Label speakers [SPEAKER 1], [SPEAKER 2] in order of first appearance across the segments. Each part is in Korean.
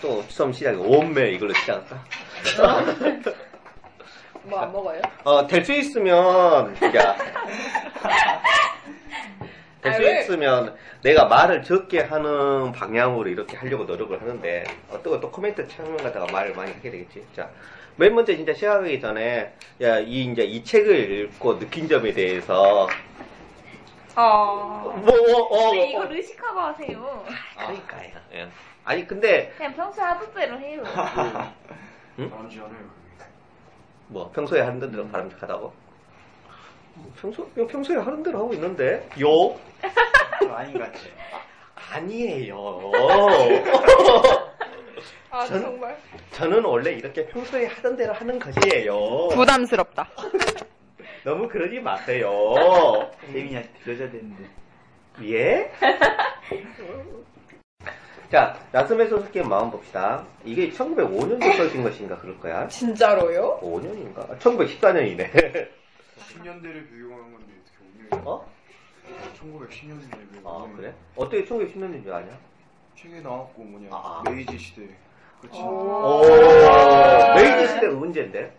[SPEAKER 1] 또, 수험 시작이 원매 이걸로 시작할까?
[SPEAKER 2] 뭐 안 먹어요?
[SPEAKER 1] 어, 될 수 있으면, 야. 될 수
[SPEAKER 2] 아, 왜?
[SPEAKER 1] 있으면, 내가 말을 적게 하는 방향으로 이렇게 하려고 노력을 하는데, 어떤 또 코멘트 창문 갖다가 말을 많이 하게 되겠지. 자, 맨 먼저 진짜 시작하기 전에, 야, 이, 이제 이 책을 읽고 느낀 점에 대해서,
[SPEAKER 2] 어.
[SPEAKER 1] 뭐, 어, 어, 어.
[SPEAKER 2] 근데 이거 르시카가 하세요.
[SPEAKER 1] 아, 그러니까, 요 아니, 근데, 그,
[SPEAKER 2] 그냥
[SPEAKER 3] é um
[SPEAKER 2] 평소 하던 대로 해요.
[SPEAKER 4] 바람지원을
[SPEAKER 1] 뭐 평소에 하는 대로
[SPEAKER 4] 음.
[SPEAKER 1] 바람직하다고? 평소 그냥 평소에 하는 대로 하고 있는데 요
[SPEAKER 4] 그 아닌 것 같지.
[SPEAKER 1] 아니에요.
[SPEAKER 2] 아
[SPEAKER 1] 전-
[SPEAKER 2] 정말.
[SPEAKER 1] 저는 원래 이렇게 평소에 하던 대로 하는 것이에요.
[SPEAKER 2] 부담스럽다.
[SPEAKER 1] 너무 그러지 마세요. 음.
[SPEAKER 4] 예민이 아직 들여져야 되는데.
[SPEAKER 1] 예? 자, 야스메 소스케 마음 봅시다. 이게 1905년도 써진 것인가 그럴 거야.
[SPEAKER 2] 진짜로요?
[SPEAKER 1] 5년인가? 1914년이네.
[SPEAKER 4] 10년대를 배경하는 건데 어떻게 5년이
[SPEAKER 1] 어?
[SPEAKER 4] 1910년대를 배경.
[SPEAKER 1] 아 그래? 어떻게 1910년인 줄 아냐?
[SPEAKER 4] 책에 나왔고 뭐냐.
[SPEAKER 1] 아.
[SPEAKER 4] 메이지 시대. 그렇지.
[SPEAKER 2] 어.
[SPEAKER 1] 오, 아, 메이지 시대가 문제인데?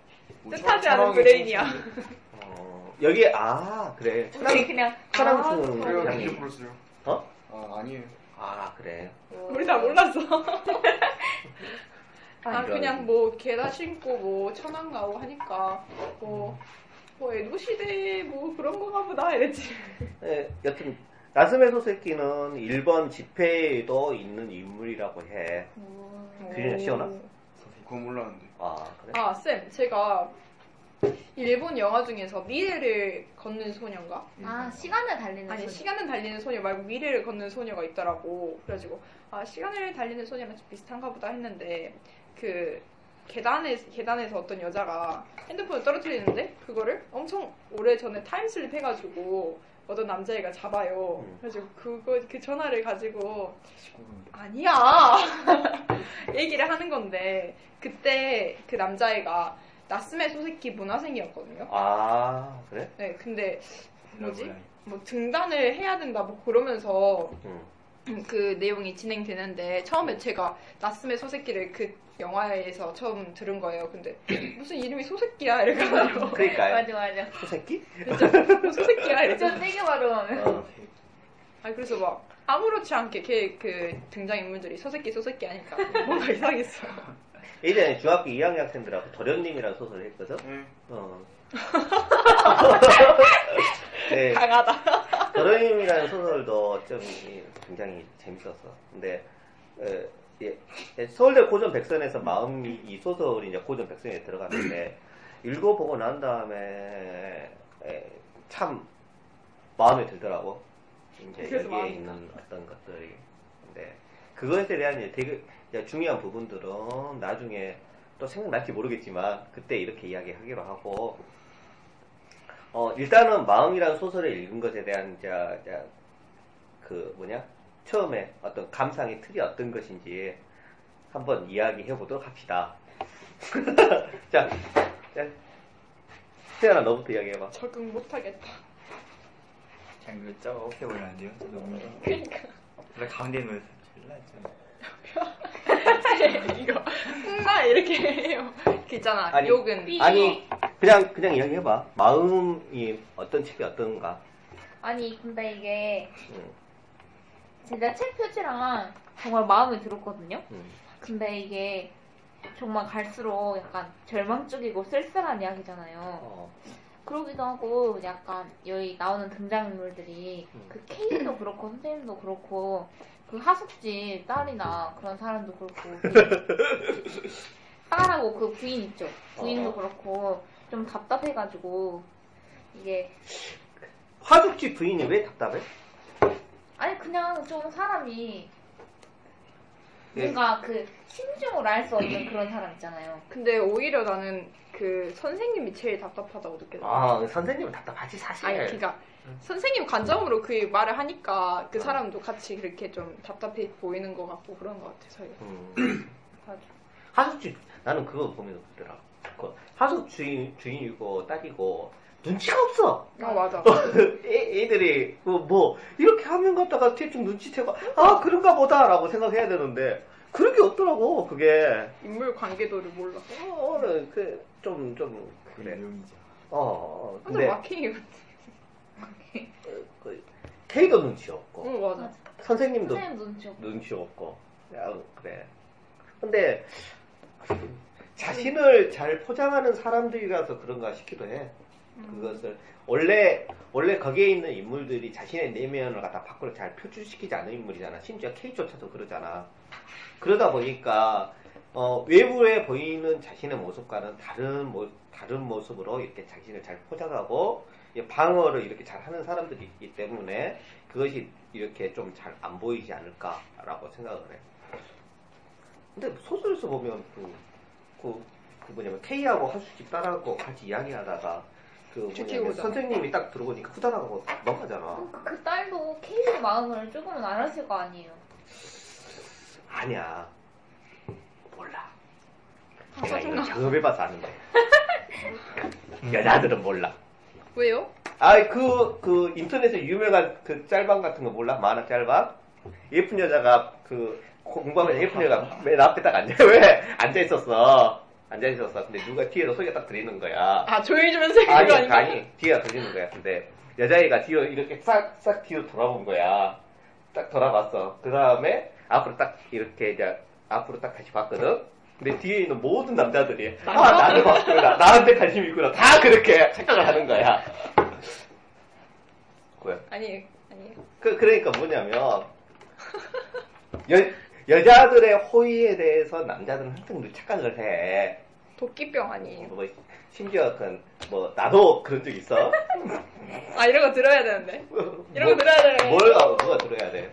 [SPEAKER 4] 뭐
[SPEAKER 2] 뜻하지
[SPEAKER 4] 차-
[SPEAKER 2] 않은
[SPEAKER 4] 차량이
[SPEAKER 2] 브레인이야.
[SPEAKER 4] 쳤는데.
[SPEAKER 1] 어, 여기 아 그래
[SPEAKER 2] 우리
[SPEAKER 1] 차랑
[SPEAKER 2] 그냥
[SPEAKER 1] 차랑
[SPEAKER 2] 아,
[SPEAKER 1] 수
[SPEAKER 4] 그래가
[SPEAKER 1] 양이.
[SPEAKER 4] 기준 플러스요.
[SPEAKER 1] 어?
[SPEAKER 4] 아 아니에요.
[SPEAKER 1] 아 그래
[SPEAKER 2] 우리 다 몰랐어.
[SPEAKER 1] 아,
[SPEAKER 5] 아,
[SPEAKER 1] 이런.
[SPEAKER 5] 그냥 뭐 게다 신고 뭐 천왕 나오고 하니까 뭐, 뭐 에도 시대 뭐 그런 건가 보다 이랬지.
[SPEAKER 1] 예, 여튼 나스메 소세키는 일본 집회에도 있는 인물이라고 해 그냥 시원하다.
[SPEAKER 4] 그거 몰랐는데.
[SPEAKER 1] 아 그래
[SPEAKER 5] 아, 쌤, 제가 일본 영화 중에서 미래를 걷는 소녀인가?
[SPEAKER 2] 아 시간을 달리는.
[SPEAKER 5] 아니,
[SPEAKER 2] 소리.
[SPEAKER 5] 시간을 달리는 소녀 말고 미래를 걷는 소녀가 있더라고. 그래가지고, 아, 시간을 달리는 소녀랑 좀 비슷한가 보다 했는데, 그, 계단에, 계단에서 어떤 여자가 핸드폰을 떨어뜨리는데, 그거를 엄청 오래 전에 타임슬립 해가지고, 어떤 남자애가 잡아요.
[SPEAKER 1] 음.
[SPEAKER 5] 그래가지고, 그거, 그 전화를 가지고,
[SPEAKER 4] 지금
[SPEAKER 5] 아니야! 얘기를 하는 건데, 그때 그 남자애가 나스메 소세키 문화생이었거든요.
[SPEAKER 1] 아 그래
[SPEAKER 5] 네, 근데 뭐지?
[SPEAKER 4] 몰라요.
[SPEAKER 5] 뭐 등단을 해야 된다, 뭐 그러면서
[SPEAKER 1] 응.
[SPEAKER 5] 그 내용이 진행되는데 처음에 제가 나스메 소세끼를 그 영화에서 처음 들은 거예요. 근데 무슨 이름이 소세끼야 이래가지고
[SPEAKER 1] 그러니까
[SPEAKER 2] 맞아 맞아.
[SPEAKER 1] 소세키
[SPEAKER 5] 뭐 소세끼야 이래서
[SPEAKER 2] 전 세게 발음하면.
[SPEAKER 1] 어.
[SPEAKER 5] 아 그래서 막 아무렇지 않게 걔 그 등장 인물들이 소세끼 소세끼 하니까 뭔가 이상했어요.
[SPEAKER 1] 예전에 중학교 2학년 학생들하고 도련님이라는 소설을 했거든
[SPEAKER 4] 네.
[SPEAKER 1] 어 네,
[SPEAKER 5] 강하다.
[SPEAKER 1] 더러임이라는 소설도 좀 이- 굉장히 재밌었어. 근데 에, 예, 예, 서울대 고전 백선에서 마음이 이 소설이 이제 고전 백선에 들어갔는데 읽어보고 난 다음에 에, 참 마음에 들더라고. 이제
[SPEAKER 5] 그래서
[SPEAKER 1] 여기에
[SPEAKER 5] 마음이
[SPEAKER 1] 있는 어떤 것들이. 근데 그것에 대한 이제 되게 이제 중요한 부분들은 나중에 또 생각날지 모르겠지만 그때 이렇게 이야기하기로 하고 어, 일단은 마음이라는 소설을 읽은 것에 대한 이제, 이제 그 뭐냐 처음에 어떤 감상의 틀이 어떤 것인지 한번 이야기해 보도록 합시다. 자, 자, 태연아 너부터 이야기해봐.
[SPEAKER 5] 적응 못하겠다.
[SPEAKER 4] 그냥 이거 짜고 어떻게 올라는데요? 너무.
[SPEAKER 5] 그러니까
[SPEAKER 4] 원래 가운데 있는 거 잘랐죠.
[SPEAKER 5] 이거 흥나 이렇게 해요. 그 있잖아
[SPEAKER 1] 아니,
[SPEAKER 5] 욕은
[SPEAKER 1] 아니 그냥 그냥 이야기해봐. 마음이 어떤 책이 어떤가.
[SPEAKER 2] 아니 근데 이게
[SPEAKER 1] 음,
[SPEAKER 2] 진짜 책 표지랑 정말 마음에 들었거든요.
[SPEAKER 1] 음.
[SPEAKER 2] 근데 이게 정말 갈수록 약간 절망적이고 쓸쓸한 이야기잖아요.
[SPEAKER 1] 어,
[SPEAKER 2] 그러기도 하고 약간 여기 나오는 등장인물들이
[SPEAKER 1] 음.
[SPEAKER 2] 그 케이도 그렇고 선생님도 그렇고 그 하숙집 딸이나 그런 사람도 그렇고 그 딸하고 그 부인 있죠 부인도
[SPEAKER 1] 어.
[SPEAKER 2] 그렇고 좀 답답해가지고 이게
[SPEAKER 1] 화족집 부인이 왜 답답해?
[SPEAKER 2] 아니 그냥 좀 사람이
[SPEAKER 1] 예.
[SPEAKER 2] 뭔가 그 심중을 알 수 없는 그런 사람 있잖아요
[SPEAKER 5] 근데 오히려 나는 그 선생님이 제일 답답하다고 느껴져.
[SPEAKER 1] 아 네. 음. 선생님은 답답하지 사실.
[SPEAKER 5] 아니, 그니까, 선생님 관점으로 그 말을 하니까 그 사람도 같이 그렇게 좀 답답해 보이는 것 같고 그런 것 같아서.
[SPEAKER 1] 음.
[SPEAKER 5] 맞아.
[SPEAKER 1] 하숙집 나는 그거 보면 그더라. 그 하숙 주인 주인이고 딸이고 눈치가 없어.
[SPEAKER 5] 아, 맞아.
[SPEAKER 1] 애, 애들이 뭐, 뭐 이렇게 하면 갖다가 대충 눈치채고 아 그런가 보다라고 생각해야 되는데 그런 게 없더라고 그게. 어, 그,
[SPEAKER 5] 인물 관계도를 몰라.
[SPEAKER 1] 어그좀좀 그래.
[SPEAKER 4] 용이죠.
[SPEAKER 1] 어
[SPEAKER 5] 완전
[SPEAKER 1] 근데
[SPEAKER 5] 마킹이 같아.
[SPEAKER 1] 그 K도 눈치 없고
[SPEAKER 5] 어, 맞아.
[SPEAKER 1] 음. 선생님도
[SPEAKER 2] 선생님 눈치 없고
[SPEAKER 1] 눈치 없고 야 그래 근데 자신을 잘 포장하는 사람들이라서 그런가 싶기도 해
[SPEAKER 5] 음.
[SPEAKER 1] 그것을 원래 원래 거기에 있는 인물들이 자신의 내면을 갖다 밖으로 잘 표출시키지 않는 인물이잖아 심지어 K조차도 그러잖아 그러다 보니까 어, 외부에 보이는 자신의 모습과는 다른 모, 다른 모습으로 이렇게 자신을 잘 포장하고 이제 방어를 이렇게 잘 하는 사람들이 있기 때문에 그것이 이렇게 좀 잘 안 보이지 않을까라고 생각을 해. 근데 소설에서 보면 그, 그, 그 뭐냐면 K하고 하수집 딸하고 같이 이야기하다가 그
[SPEAKER 5] 지키고
[SPEAKER 1] 뭐냐면
[SPEAKER 5] 오자.
[SPEAKER 1] 선생님이 딱 들어보니까 후다닥하고 넘어가잖아.
[SPEAKER 2] 그, 그 딸도 케이의 마음을 조금은 알았을 거 아니에요
[SPEAKER 1] 아니야. 몰라.
[SPEAKER 5] 아,
[SPEAKER 1] 내가 이거
[SPEAKER 5] 짜증나.
[SPEAKER 1] 경험해봐서 아는 거야. 여자들은 몰라.
[SPEAKER 5] 왜요?
[SPEAKER 1] 아이 그, 그 인터넷에 유명한 그 짤방 같은 거 몰라? 만화 짤방? 예쁜 여자가 그 공부하면 예쁜 여자가 맨 앞에 딱 앉아 왜 앉아 있었어 앉아 있었어 근데 누가 뒤에서 소리가 딱 들리는 거야
[SPEAKER 5] 아, 조용히 좀 해주세요.
[SPEAKER 1] 아니
[SPEAKER 5] 이거
[SPEAKER 1] 아니,
[SPEAKER 5] 아닌가?
[SPEAKER 1] 뒤에가 들리는 거야 근데 여자애가 뒤로 이렇게 싹싹 뒤로 돌아본 거야 딱 돌아봤어 그 다음에 앞으로 딱 이렇게 이제 앞으로 딱 다시 봤거든 근데 뒤에 있는 모든 남자들이 아 나를 봤구나 나한테 관심이 있구나 다 그렇게 착각을 하는 거야 뭐야
[SPEAKER 5] 아니, 아니에요.
[SPEAKER 1] 그, 그러니까 뭐냐면 여, 여자들의 호의에 대해서 남자들은 항상 늘 착각을 해.
[SPEAKER 5] 도끼병 아니에요.
[SPEAKER 1] 뭐, 심지어 그, 뭐 나도 그런 적 있어.
[SPEAKER 5] 아, 이런 거 들어야 되는데. 이런
[SPEAKER 1] 뭐-
[SPEAKER 5] 거 들어야 되는데.
[SPEAKER 1] 뭘 아, 누가 들어야 돼.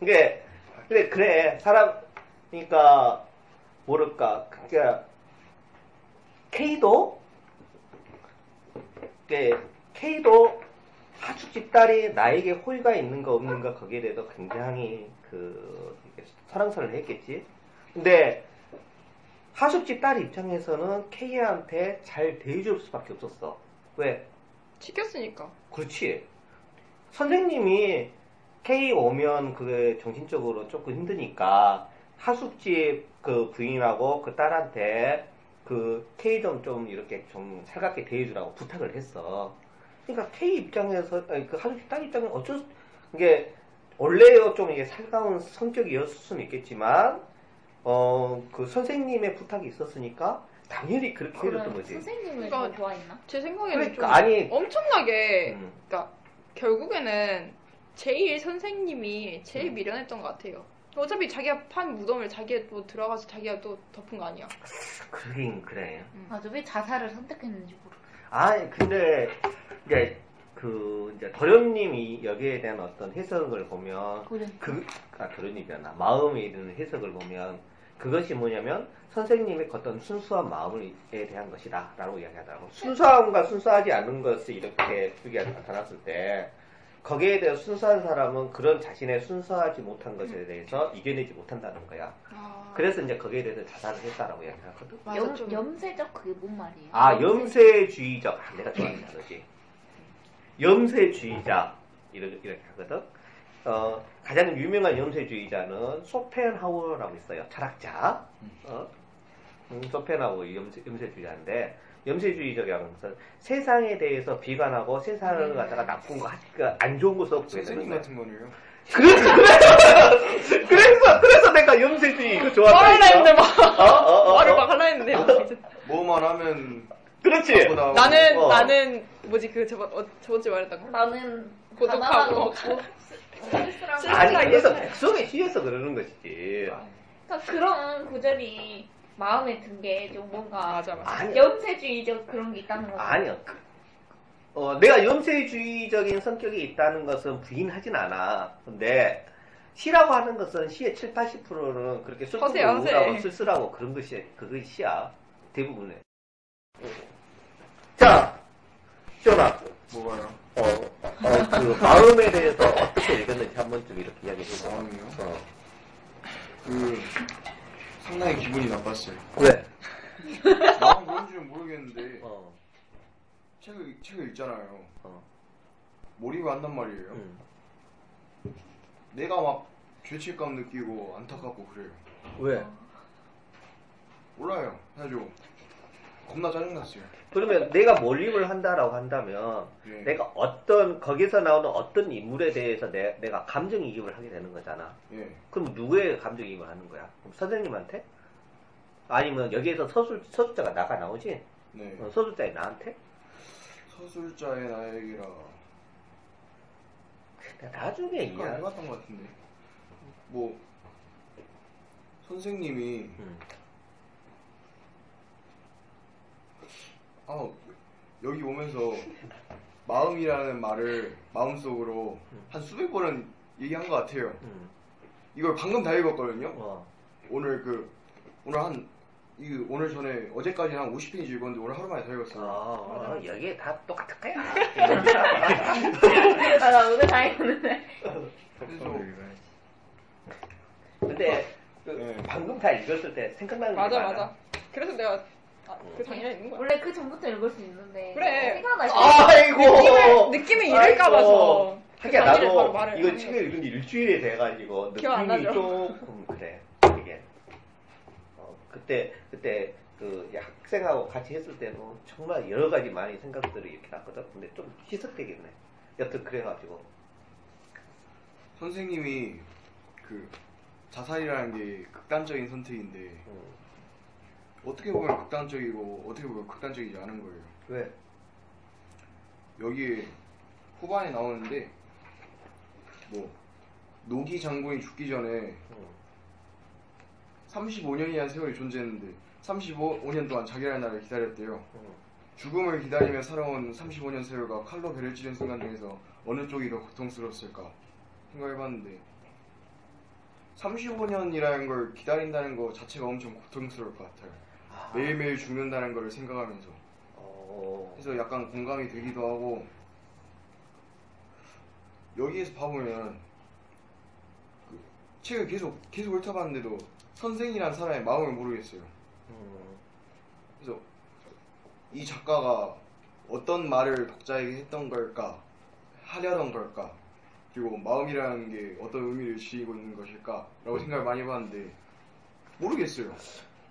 [SPEAKER 1] 그게 근데 그래 사람 그러니까 모를까 그러니까 K도 그 K도 하숙집 딸이 나에게 호의가 있는가 없는가 거기에 대해서 굉장히 그 이렇게 설왕설을 했겠지. 근데 하숙집 딸 입장에서는 K한테 잘 대해줄 수밖에 없었어. 왜?
[SPEAKER 5] 지켰으니까.
[SPEAKER 1] 그렇지. 선생님이 K 오면 그게 정신적으로 조금 힘드니까 하숙집 그 부인하고 그 딸한테 그 K 좀 좀 이렇게 좀 살갑게 대해주라고 부탁을 했어. 그러니까 K 입장에서 아니, 그 하숙집 딸 입장에 어쩔 수 이게 원래요 좀 이게 살가운 성격이었을 수는 있겠지만 어 그 선생님의 부탁이 있었으니까 당연히 그렇게 해줬던
[SPEAKER 2] 그런
[SPEAKER 1] 거지.
[SPEAKER 2] 선생님을
[SPEAKER 5] 그러니까-
[SPEAKER 2] 더 좋아했나?
[SPEAKER 5] 제 생각에는 좀
[SPEAKER 1] 그러니까 아니
[SPEAKER 2] 예.
[SPEAKER 5] 엄청나게
[SPEAKER 1] 음.
[SPEAKER 5] 결국에는 제일 선생님이 제일
[SPEAKER 1] 음.
[SPEAKER 5] 미련했던 것 같아요. 어차피 자기가 판 무덤을 자기가 또 들어가서 자기가 또 덮은 거 아니야.
[SPEAKER 1] 그러긴 그래.
[SPEAKER 2] 맞아 왜 자살을 선택했는지 모르겠어
[SPEAKER 1] 아 근데 이제 그 이제 도련님이 여기에 대한 어떤 해석을 보면
[SPEAKER 2] 고전
[SPEAKER 1] 그아 도련님이잖아 마음에 있는 해석을 보면 그것이 뭐냐면 선생님의 어떤 순수한 마음에 대한 것이다라고 이야기하더라고 순수함과 순수하지 않은 것을 이렇게 두개 나타났을 때 거기에 대해 순수한 사람은 그런 자신의 순수하지 못한 것에 대해서 이겨내지 못한다는 거야
[SPEAKER 5] 아,
[SPEAKER 1] 그래서 이제 거기에 대해서 자살을 했다라고 이야기하거든
[SPEAKER 5] 맞아, 좀.
[SPEAKER 2] 염, 염세적 그게 뭔 말이에요?
[SPEAKER 1] 아, 염세주의적. 아, 내가 좋아하는 단어지. 염세주의자. 이렇게, 이렇게 하거든. 어, 가장 유명한 염세주의자는 소펜하우어라고 있어요. 철학자. 어? 음, 소펜하우어 염세, 염세주의자인데, 염세주의적이라면서 세상에 대해서 비관하고 세상을 갖다가 나쁜 거, 하- 안 좋은 것으로 보게 되는
[SPEAKER 4] 선생님
[SPEAKER 1] 거야.
[SPEAKER 4] 같은 거를요.
[SPEAKER 1] 그래서, 그래서, 그래서, 그래서 내가 염세주의 이거
[SPEAKER 5] 말을 하려
[SPEAKER 1] 뭐 좋아하는
[SPEAKER 5] 했는데 뭐 막
[SPEAKER 1] 어, 어, 어,
[SPEAKER 5] 말을
[SPEAKER 1] 어.
[SPEAKER 4] 뭐
[SPEAKER 5] 막 하려 했는데 막.
[SPEAKER 4] 뭐만 하면
[SPEAKER 1] 그렇지.
[SPEAKER 4] 보다
[SPEAKER 5] 나는
[SPEAKER 1] 어.
[SPEAKER 5] 나는 뭐지 그 저번 어, 저번 주에 말했던 거.
[SPEAKER 2] 나는
[SPEAKER 5] 고독하고.
[SPEAKER 2] 바나나 먹고 쓸쓸하고
[SPEAKER 1] 아니
[SPEAKER 5] 아니,
[SPEAKER 1] 아, 그래서 속에 휘어서 그러는 것이지.
[SPEAKER 2] 그러니까 그런 구절이 마음에 든 게 좀 뭔가
[SPEAKER 5] 맞아 맞아.
[SPEAKER 1] 아니
[SPEAKER 2] 염세주의적 그런 게 있다는 거
[SPEAKER 1] 아니야. 그- 어, 내가 염세주의적인 성격이 있다는 것은 부인하진 않아. 근데 시라고 하는 것은 시의 7, 80%는 그렇게 슬프고
[SPEAKER 5] 허세, 허세.
[SPEAKER 1] 우울하고 쓸쓸하고 그런 것이 그것이 시야. 대부분에. 자, 시원아.
[SPEAKER 4] 뭐가요?
[SPEAKER 1] 어, 어, 그 마음에 대해서 어떻게 읽었는지 한번 좀 이렇게 이야기해
[SPEAKER 4] 그
[SPEAKER 1] 주세요.
[SPEAKER 4] 마음이요?
[SPEAKER 1] 어.
[SPEAKER 4] 그 상당히 기분이 나빴어요.
[SPEAKER 1] 왜?
[SPEAKER 4] 마음 그런 줄은 모르겠는데
[SPEAKER 1] 어,
[SPEAKER 4] 책을 책을 읽잖아요.
[SPEAKER 1] 어.
[SPEAKER 4] 몰입을 한단 말이에요.
[SPEAKER 1] 음.
[SPEAKER 4] 내가 막 죄책감 느끼고 안타깝고 그래요.
[SPEAKER 1] 왜?
[SPEAKER 4] 몰라요. 사실 겁나 짜증났어요.
[SPEAKER 1] 그러면 내가 몰입을 한다라고 한다면
[SPEAKER 4] 예.
[SPEAKER 1] 내가 어떤 거기서 나오는 어떤 인물에 대해서 내, 내가 감정이입을 하게 되는 거잖아.
[SPEAKER 4] 예.
[SPEAKER 1] 그럼 누구의 감정이입을 하는 거야? 그럼 선생님한테? 아니면 뭐, 여기에서 서술 서술자가 나가 나오지?
[SPEAKER 4] 네.
[SPEAKER 1] 어, 서술자이 나한테?
[SPEAKER 4] 서술자의 나에게라.
[SPEAKER 1] 나중에
[SPEAKER 4] 잠깐
[SPEAKER 1] 이야.
[SPEAKER 4] 해봤던 것 같은데. 뭐 선생님이
[SPEAKER 1] 음.
[SPEAKER 4] 아 여기 오면서 마음이라는 말을 마음속으로 한 수백 번은 얘기한 것 같아요.
[SPEAKER 1] 음.
[SPEAKER 4] 이걸 방금 다 읽었거든요.
[SPEAKER 1] 어.
[SPEAKER 4] 오늘 그 오늘 한 이, 오늘 전에 어제까지 한 50페이지 읽었는데 오늘 하루 만에 다
[SPEAKER 1] 아,
[SPEAKER 4] 읽었어요.
[SPEAKER 1] 어, 여기에 다 똑같을 거야.
[SPEAKER 2] 아, 나 오늘 다 했는데
[SPEAKER 4] 그래서
[SPEAKER 1] 근데 그
[SPEAKER 4] 네.
[SPEAKER 1] 방금 다 읽었을 때 생각나는 게
[SPEAKER 5] 맞아
[SPEAKER 1] 많아.
[SPEAKER 5] 맞아. 그래서 내가 아, 그 작년에 있는 거야.
[SPEAKER 2] 원래 그 전부터 읽을 수 있는데
[SPEAKER 5] 그래. 아.
[SPEAKER 2] 생각나지
[SPEAKER 1] 아이고.
[SPEAKER 5] 느낌을
[SPEAKER 1] 어. 아이고.
[SPEAKER 5] 잃을까 봐서.
[SPEAKER 1] 하긴
[SPEAKER 5] 그 단위를
[SPEAKER 1] 그러니까 나도
[SPEAKER 5] 바로 말을
[SPEAKER 1] 이거
[SPEAKER 5] 하는
[SPEAKER 1] 책을 읽은 지 일주일이 돼가지고
[SPEAKER 5] 기억 안
[SPEAKER 1] 느낌이
[SPEAKER 5] 나죠?
[SPEAKER 1] 조금 그래 이게 어, 그때 그때 그 학생하고 같이 했을 때는 정말 여러 가지 많이 생각들이 이렇게 났거든 근데 좀 희석되겠네 여튼 그래가지고
[SPEAKER 4] 선생님이 그 자살이라는 게 극단적인 선택인데
[SPEAKER 1] 음,
[SPEAKER 4] 어떻게 보면 극단적이고 어떻게 보면 극단적이지 않은 거예요.
[SPEAKER 1] 왜
[SPEAKER 4] 여기에 후반에 나오는데 뭐 노기 장군이 죽기 전에
[SPEAKER 1] 음,
[SPEAKER 4] 35년이라는 세월이 존재했는데 35년 동안 자기라는 날을 기다렸대요.
[SPEAKER 1] 음.
[SPEAKER 4] 죽음을 기다리며 살아온 35년 세월과 칼로 배를 찌른 순간 중에서 어느 쪽이 더 고통스러웠을까 생각해봤는데 35년이라는 걸 기다린다는 거 자체가 엄청 고통스러울 것 같아요.
[SPEAKER 1] 아,
[SPEAKER 4] 매일매일 죽는다는 걸 생각하면서
[SPEAKER 1] 어,
[SPEAKER 4] 그래서 약간 공감이 되기도 하고 여기에서 봐보면 그 책을 계속 계속 훑어봤는데도 선생이란 사람의 마음을 모르겠어요.
[SPEAKER 1] 음,
[SPEAKER 4] 그래서 이 작가가 어떤 말을 독자에게 했던 걸까 하려던 걸까 그리고 마음이라는 게 어떤 의미를 지니고 있는 것일까라고 생각을 많이 해봤는데 모르겠어요.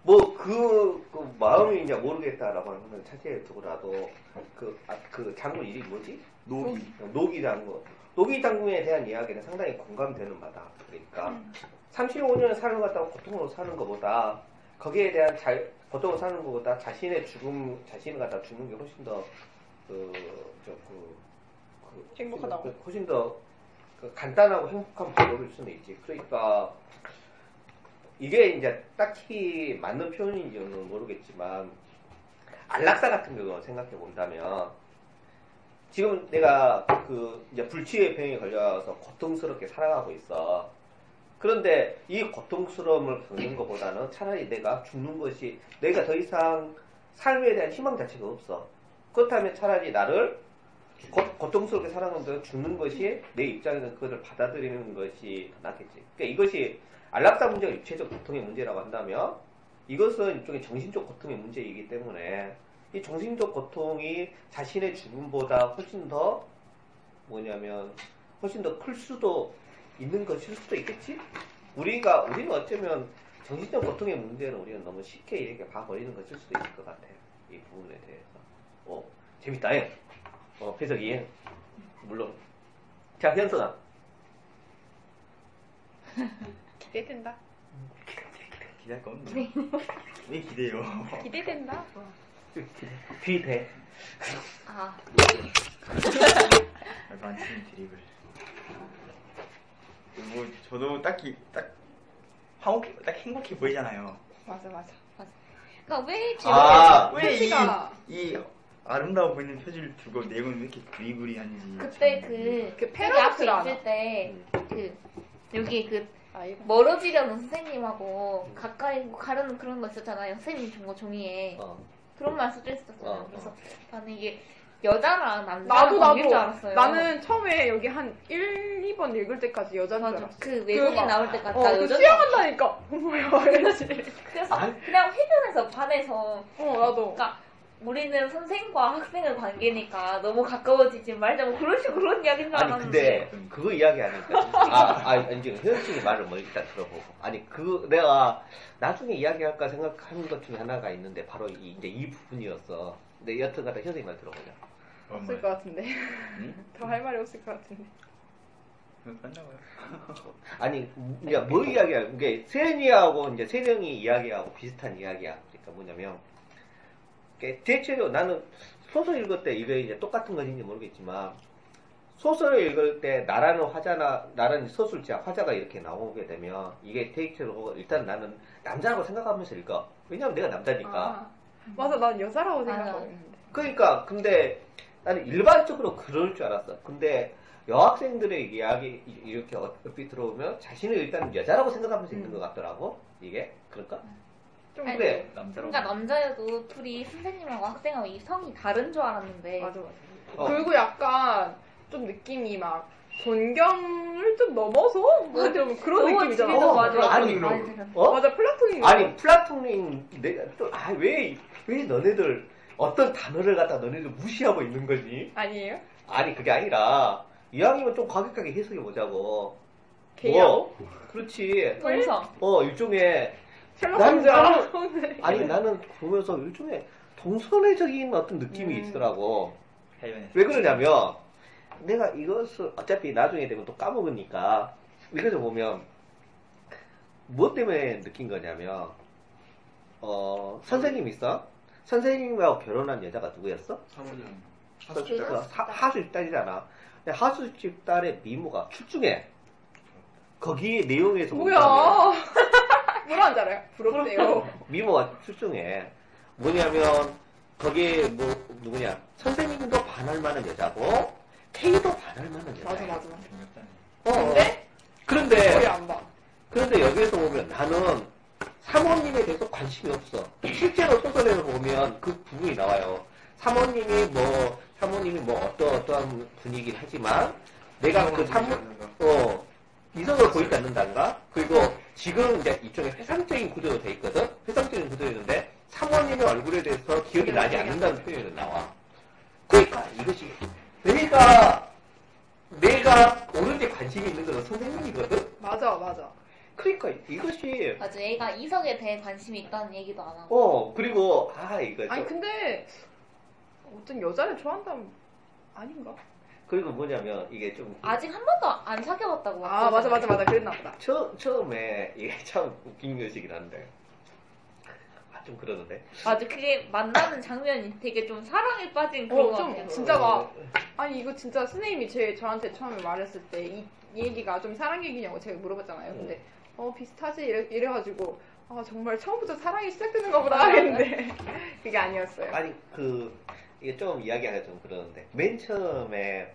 [SPEAKER 1] 뭐, 그, 그 마음이 이제 모르겠다라고 하는 건 차지해 두고라도, 그, 아, 그 장군 이름이 뭐지?
[SPEAKER 4] 노기
[SPEAKER 1] 노기 장군. 노기 장군에 대한 이야기는 상당히 공감되는 바다. 그러니까
[SPEAKER 5] 음.
[SPEAKER 1] 35년 사는 것 같다고 고통으로 사는 것보다 거기에 대한 자, 고통으로 사는 것보다 자신의 죽음, 자신을 갖다 죽는 게 훨씬 더 그, 저, 그, 그,
[SPEAKER 5] 행복하다고.
[SPEAKER 1] 그, 훨씬 더그 간단하고 행복한 방법일 수는 있지. 그러니까 이게 이제 딱히 맞는 표현인지는 모르겠지만 안락사 같은 경우 생각해 본다면 지금 내가 그 이제 불치의 병에 걸려서 고통스럽게 살아가고 있어. 그런데 이 고통스러움을 겪는 것보다는 차라리 내가 죽는 것이 내가 더 이상 삶에 대한 희망 자체가 없어. 그렇다면 차라리 나를 고, 고통스럽게 살아가는 것보다 죽는 것이 내 입장에서는 그것을 받아들이는 것이 더 낫겠지. 그러니까 이것이 안락사 문제가 육체적 고통의 문제라고 한다면 이것은 일종의 정신적 고통의 문제이기 때문에 이 정신적 고통이 자신의 죽음보다 훨씬 더 뭐냐면 훨씬 더 클 수도 있는 것일 수도 있겠지? 우리가 우리는 어쩌면 정신적 고통의 문제는 우리는 너무 쉽게 이렇게 봐버리는 것일 수도 있을 것 같아요. 이 부분에 대해서. 어 재밌다. 예. 어 해석이 예. 물론. 자 현선아.
[SPEAKER 5] 기대된다.
[SPEAKER 4] 기대할 거 없네. 왜 기대요?
[SPEAKER 2] 어.
[SPEAKER 5] 기대된다.
[SPEAKER 1] 귀대.
[SPEAKER 2] 아,
[SPEAKER 6] 말도 안 치는 드립을. 뭐 저도 딱히 딱 화목해 딱 행복해 보이잖아요.
[SPEAKER 5] 맞아 맞아.
[SPEAKER 2] 그러니까 왜 지금
[SPEAKER 5] 표시가-
[SPEAKER 6] 아,
[SPEAKER 1] 그
[SPEAKER 6] 왜이이 아름다워 보이는 표지를 두고 내용은 왜 이렇게 그리그리한지.
[SPEAKER 2] 그때
[SPEAKER 6] 참.
[SPEAKER 2] 그
[SPEAKER 5] 그
[SPEAKER 2] 여기 앞에
[SPEAKER 5] 패러독스라.
[SPEAKER 2] 있을 때 그 여기 그
[SPEAKER 5] 아 이거
[SPEAKER 2] 멀어지려는 선생님하고 가까이 가려는 그런 거 있었잖아요. 선생님 준거 종이에
[SPEAKER 1] 어.
[SPEAKER 2] 그런 말 써져 있었잖아요.
[SPEAKER 1] 어, 어.
[SPEAKER 2] 그래서 나는 이게 여자랑 남자랑
[SPEAKER 5] 나도 나도
[SPEAKER 2] 바뀔 줄 알았어요.
[SPEAKER 5] 나는 처음에 여기 한 1, 2번 읽을 때까지 여자인 줄
[SPEAKER 2] 맞아.
[SPEAKER 5] 알았어.
[SPEAKER 2] 그 외국인
[SPEAKER 5] 막-
[SPEAKER 2] 나올 때까지
[SPEAKER 5] 어,
[SPEAKER 2] 나
[SPEAKER 5] 그
[SPEAKER 2] 여자
[SPEAKER 5] 수영한다니까 뭐야 이랬지.
[SPEAKER 2] 그래서 그냥 회견에서 반에서
[SPEAKER 5] 어 나도.
[SPEAKER 2] 그러니까 우리는 선생과 학생의 관계니까 너무 가까워지지 말자 뭐 그런 식으로 그런 이야기인 줄
[SPEAKER 1] 아니
[SPEAKER 2] 알았는데
[SPEAKER 1] 근데 그거 이야기하니까 아, 아 이제 현 씨의 말을 먼저 일단 들어보고 아니 그 내가 나중에 이야기할까 생각하는 것 중에 하나가 있는데 바로 이, 이제 이 부분이었어 근데 여튼간에 현 선생님 말 들어보자
[SPEAKER 6] 어, 뭐,
[SPEAKER 5] 없을 것 같은데
[SPEAKER 6] 응?
[SPEAKER 1] 음?
[SPEAKER 5] 더 할 말이 없을 것 같은데
[SPEAKER 6] 그거 끝나고요.
[SPEAKER 1] 아니 그러니까 뭘 이야기야 이게 세연이하고 이제 세령이 이야기하고 비슷한 이야기야 그러니까 뭐냐면 이게 대체로 나는 소설 읽을 때 이게 이제 똑같은 건지 모르겠지만 소설을 읽을 때 나라는 화자나 나라는 소설자 화자가 이렇게 나오게 되면 이게 대체로 일단 나는 남자라고 생각하면서 읽어 왜냐면 내가 남자니까
[SPEAKER 5] 아, 맞아 난 여자라고
[SPEAKER 2] 맞아.
[SPEAKER 5] 생각하고 있는데
[SPEAKER 1] 그러니까 근데 나는 일반적으로 그럴 줄 알았어 근데 여학생들의 이야기 이- 이렇게 얼핏 들어오면 자신을 일단 여자라고 생각하면서 읽는
[SPEAKER 5] 음.
[SPEAKER 1] 것 같더라고 이게 그러니까
[SPEAKER 5] 좀
[SPEAKER 2] 아니,
[SPEAKER 1] 그래
[SPEAKER 6] 남자라고.
[SPEAKER 2] 그러니까 남자여도 둘이 선생님하고 학생하고 이 성이 다른 줄 알았는데
[SPEAKER 5] 네, 맞아 맞아
[SPEAKER 1] 어.
[SPEAKER 5] 그리고 약간 좀 느낌이 막 존경을 좀 넘어서 뭐 좀 그런
[SPEAKER 2] 아, 너무
[SPEAKER 5] 느낌이잖아
[SPEAKER 2] 둘이서
[SPEAKER 5] 어,
[SPEAKER 2] 맞아
[SPEAKER 5] 맞아.
[SPEAKER 1] 아니,
[SPEAKER 2] 맞아.
[SPEAKER 4] 그럼.
[SPEAKER 2] 맞아.
[SPEAKER 1] 어?
[SPEAKER 5] 맞아 플라토닉
[SPEAKER 1] 아니 플라톤인 내가 또아왜왜 너네들 어떤 단어를 갖다 너네들 무시하고 있는 거니?
[SPEAKER 5] 아니에요?
[SPEAKER 1] 아니 그게 아니라 이왕이면 좀 과격하게 해석해 보자고.
[SPEAKER 5] 게이라고?
[SPEAKER 1] 뭐? 그렇지.
[SPEAKER 2] 동성
[SPEAKER 1] 어 일종의
[SPEAKER 5] 셜록
[SPEAKER 1] 난
[SPEAKER 5] 홈즈 알아?
[SPEAKER 1] 아니 나는 보면서 일종의 동선회적인 어떤 느낌이
[SPEAKER 5] 음.
[SPEAKER 1] 있더라고.
[SPEAKER 6] 해변에서.
[SPEAKER 1] 왜 그러냐면 내가 이것을 어차피 나중에 되면 또 까먹으니까 이것을 보면 무엇 때문에 느낀 거냐면 어 선생님 있어? 선생님하고 결혼한 여자가 누구였어?
[SPEAKER 4] 사모님
[SPEAKER 2] 그
[SPEAKER 4] 하숙자
[SPEAKER 2] 하숙집 딸.
[SPEAKER 1] 하수집 딸이잖아. 근데 하수집 딸의 미모가 출중해. 거기 내용에서
[SPEAKER 5] 뭐야
[SPEAKER 1] 보면
[SPEAKER 5] 뭐라 줄 알아요? 부럽대요
[SPEAKER 1] 미모가 출중해. 뭐냐면 거기에 뭐 누구냐 선생님도 반할 만한 여자고 K도 반할 만한 여자.
[SPEAKER 5] 맞아 맞아
[SPEAKER 6] 생겼다네.
[SPEAKER 1] 어, 어.
[SPEAKER 5] 근데? 어, 머리
[SPEAKER 1] 그런데
[SPEAKER 5] 안봐
[SPEAKER 1] 그런데 여기에서 보면 나는 사모님에 대해서 관심이 없어. 실제로 소설에서 보면 그 부분이 나와요. 사모님이 뭐 사모님이 뭐 어떠 어떠한 분이긴 하지만 내가 그 사모 어, 이성을 보이지 않는다든가, 그리고 지금 이제 일종의 회상적인 구조로 돼 있거든? 회상적인 구조였는데, 사모님의 얼굴에 대해서 기억이 나지 않는다는 표현이 나와. 그러니까 이것이, 내가, 내가 오는데 관심이 있는 것은 선생님이거든?
[SPEAKER 5] 맞아 맞아
[SPEAKER 1] 그러니까 이것이,
[SPEAKER 2] 맞아 얘가 이성에 대해 관심이 있다는 얘기도 안 하고
[SPEAKER 1] 어, 그리고, 아, 이거, 좀,
[SPEAKER 5] 아니 근데 어떤 여자를 좋아한다면 아닌가?
[SPEAKER 1] 그리고 뭐냐면, 이게 좀,
[SPEAKER 2] 아직 한 번도 안 사귀어봤다고
[SPEAKER 5] 아 맞아 맞아 맞아 그랬나 보다
[SPEAKER 1] 처, 처음에, 이게 참 웃긴 것이긴 한데, 아, 좀 그러는데.
[SPEAKER 2] 맞아 그게 만나는 장면이 되게 좀 사랑에 빠진 그런 거
[SPEAKER 5] 어좀
[SPEAKER 2] 같아요
[SPEAKER 5] 진짜 막 아니 이거 진짜 선생님이 제 저한테 처음에 말했을 때 이 얘기가 좀 사랑 얘기냐고 제가 물어봤잖아요 근데
[SPEAKER 1] 음.
[SPEAKER 5] 어 비슷하지 이래, 이래가지고 아 정말 처음부터 사랑이 시작되는가 보다 했는데 그게 아니었어요
[SPEAKER 1] 아. 아니 그 이게 좀 이야기하기가 좀 그러는데 맨 처음에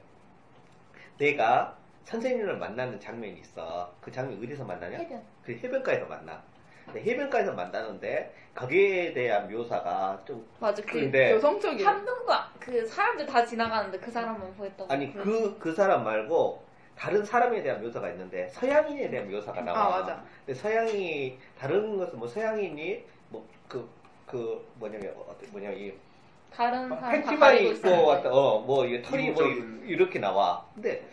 [SPEAKER 1] 내가 선생님을 만나는 장면이 있어 그 장면 어디서 만나냐?
[SPEAKER 2] 해변
[SPEAKER 1] 그 해변가에서 만나 근데 해변가에서 만나는데 거기에 대한 묘사가 좀
[SPEAKER 2] 맞아 그
[SPEAKER 1] 근데
[SPEAKER 5] 여성적인
[SPEAKER 2] 한동도 그 사람들 다 지나가는데 그 사람만 보였다고
[SPEAKER 1] 아니
[SPEAKER 2] 그러지.
[SPEAKER 1] 그 그 사람 말고 다른 사람에 대한 묘사가 있는데 서양인에 대한 묘사가
[SPEAKER 5] 아
[SPEAKER 1] 나와
[SPEAKER 5] 맞아
[SPEAKER 1] 근데 서양이 다른 것은 뭐 서양인이 뭐 그 그 뭐냐면 어떻게 뭐냐면 이
[SPEAKER 2] 다른 사람 다
[SPEAKER 1] 아, 팬티만
[SPEAKER 2] 가리고
[SPEAKER 1] 입고
[SPEAKER 2] 있었는데
[SPEAKER 1] 왔다. 어, 뭐 이게 털이 뭐
[SPEAKER 4] 이국적인.
[SPEAKER 1] 이렇게 나와. 근데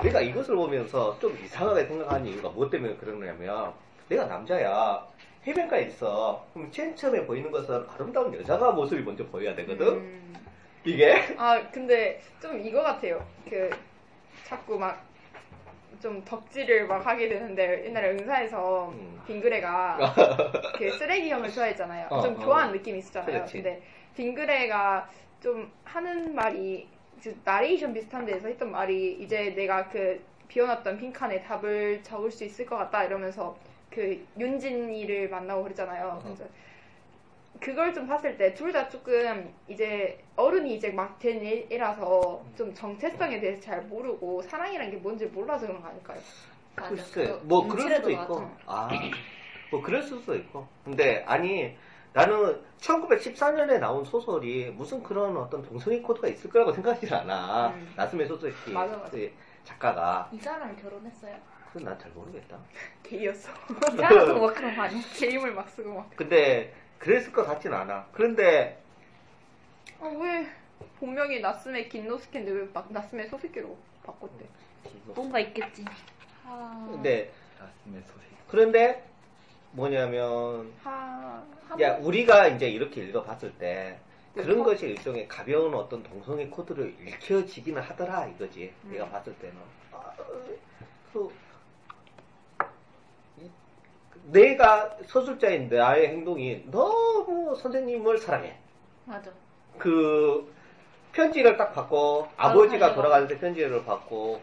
[SPEAKER 1] 내가 이것을 보면서 좀 이상하게 생각하는 이유가 무엇 때문에 그러냐면 내가 남자야. 해변가에 있어. 그럼 제일 처음에 보이는 것은 아름다운 여자가 모습이 먼저 보여야 되거든.
[SPEAKER 5] 음.
[SPEAKER 1] 이게
[SPEAKER 5] 아 근데 좀 이거 같아요. 그 자꾸 막 좀 덕질을 막 하게 되는데 옛날에 응사에서
[SPEAKER 1] 음.
[SPEAKER 5] 빙그레가 그 쓰레기형을 좋아했잖아요.
[SPEAKER 1] 어,
[SPEAKER 5] 좀
[SPEAKER 1] 어.
[SPEAKER 5] 교환 느낌이 있었잖아요.
[SPEAKER 1] 그렇지.
[SPEAKER 5] 근데 빙그레가 좀 하는 말이 그 나레이션 비슷한 데에서 했던 말이 이제 내가 그 비워놨던 빈칸에 답을 적을 수 있을 것 같다 이러면서 그 윤진이를 만나고
[SPEAKER 1] 어.
[SPEAKER 5] 그랬잖아요. 그래서 그걸 좀 봤을 때 둘 다 조금 이제 어른이 이제 막 된 일이라서 좀 정체성에 대해서 잘 모르고 사랑이란 게 뭔지 몰라서 그런 거 아닐까요?
[SPEAKER 1] 글쎄, 뭐 그럴 수도 있고. 아, 뭐 그럴 수도 있고. 근데 아니 나는 1914년에 나온 소설이 무슨 그런 어떤 동성애 코드가 있을 거라고 생각하지 않아.
[SPEAKER 5] 음.
[SPEAKER 1] 나스메 소설기
[SPEAKER 5] 맞아, 맞아.
[SPEAKER 1] 그 작가가.
[SPEAKER 2] 이 사람 결혼했어요?
[SPEAKER 1] 그건 난 잘 모르겠다.
[SPEAKER 5] 게이였어.
[SPEAKER 2] 이 사람도 뭐 그런 거 아니야?
[SPEAKER 5] 게임을 막 쓰고 막.
[SPEAKER 1] 근데 그랬을 것 같진 않아. 그런데
[SPEAKER 5] 아, 왜 본명이 나스메 긴노스케인데 왜 막 나스메 소세키로 바꿨대?
[SPEAKER 2] 뭔가 있겠지.
[SPEAKER 5] 하.
[SPEAKER 1] 근데
[SPEAKER 6] 가슴에 소세지.
[SPEAKER 1] 네. 그런데 뭐냐면
[SPEAKER 5] 하. 하.
[SPEAKER 1] 야 우리가 이제 이렇게 읽어봤을 때 그런
[SPEAKER 5] 그래서?
[SPEAKER 1] 것이 일종의 가벼운 어떤 동성애 코드를 읽혀지기는 하더라 이거지 내가 봤을 때는 아, 그, 이- 내가 서술자인 나의 행동이 너무 선생님을 사랑해
[SPEAKER 2] 맞아.
[SPEAKER 1] 그 편지를 딱 받고 아버지가
[SPEAKER 2] 바로
[SPEAKER 1] 돌아가는데 편지를 받고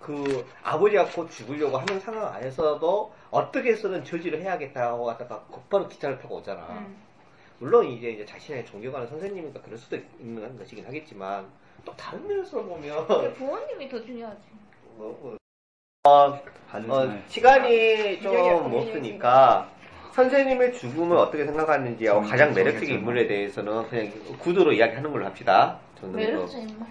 [SPEAKER 1] 그 아버지가 곧 죽으려고 하는 상황 안에서도 어떻게 해서는 저지를 해야겠다고 하다가 곧바로 기차를 타고 오잖아.
[SPEAKER 5] 음.
[SPEAKER 1] 물론 이제, 이제 자신의 존경하는 선생님이니까 그럴 수도 있는 것이긴 하겠지만 또 다른 면에서 보면
[SPEAKER 2] 근데 부모님이 더 중요하지.
[SPEAKER 1] 뭐, 뭐, 어,
[SPEAKER 6] 반말.
[SPEAKER 1] 시간이
[SPEAKER 2] 아,
[SPEAKER 1] 좀
[SPEAKER 5] 인력이
[SPEAKER 1] 없으니까 선생님의 죽음을 어떻게 생각하는지 하고
[SPEAKER 6] 음,
[SPEAKER 1] 가장 매력적인
[SPEAKER 6] 정해져.
[SPEAKER 1] 인물에 대해서는 그냥 구두로 이야기하는 걸로 합시다. 적는, 거,
[SPEAKER 2] 매력적 인물.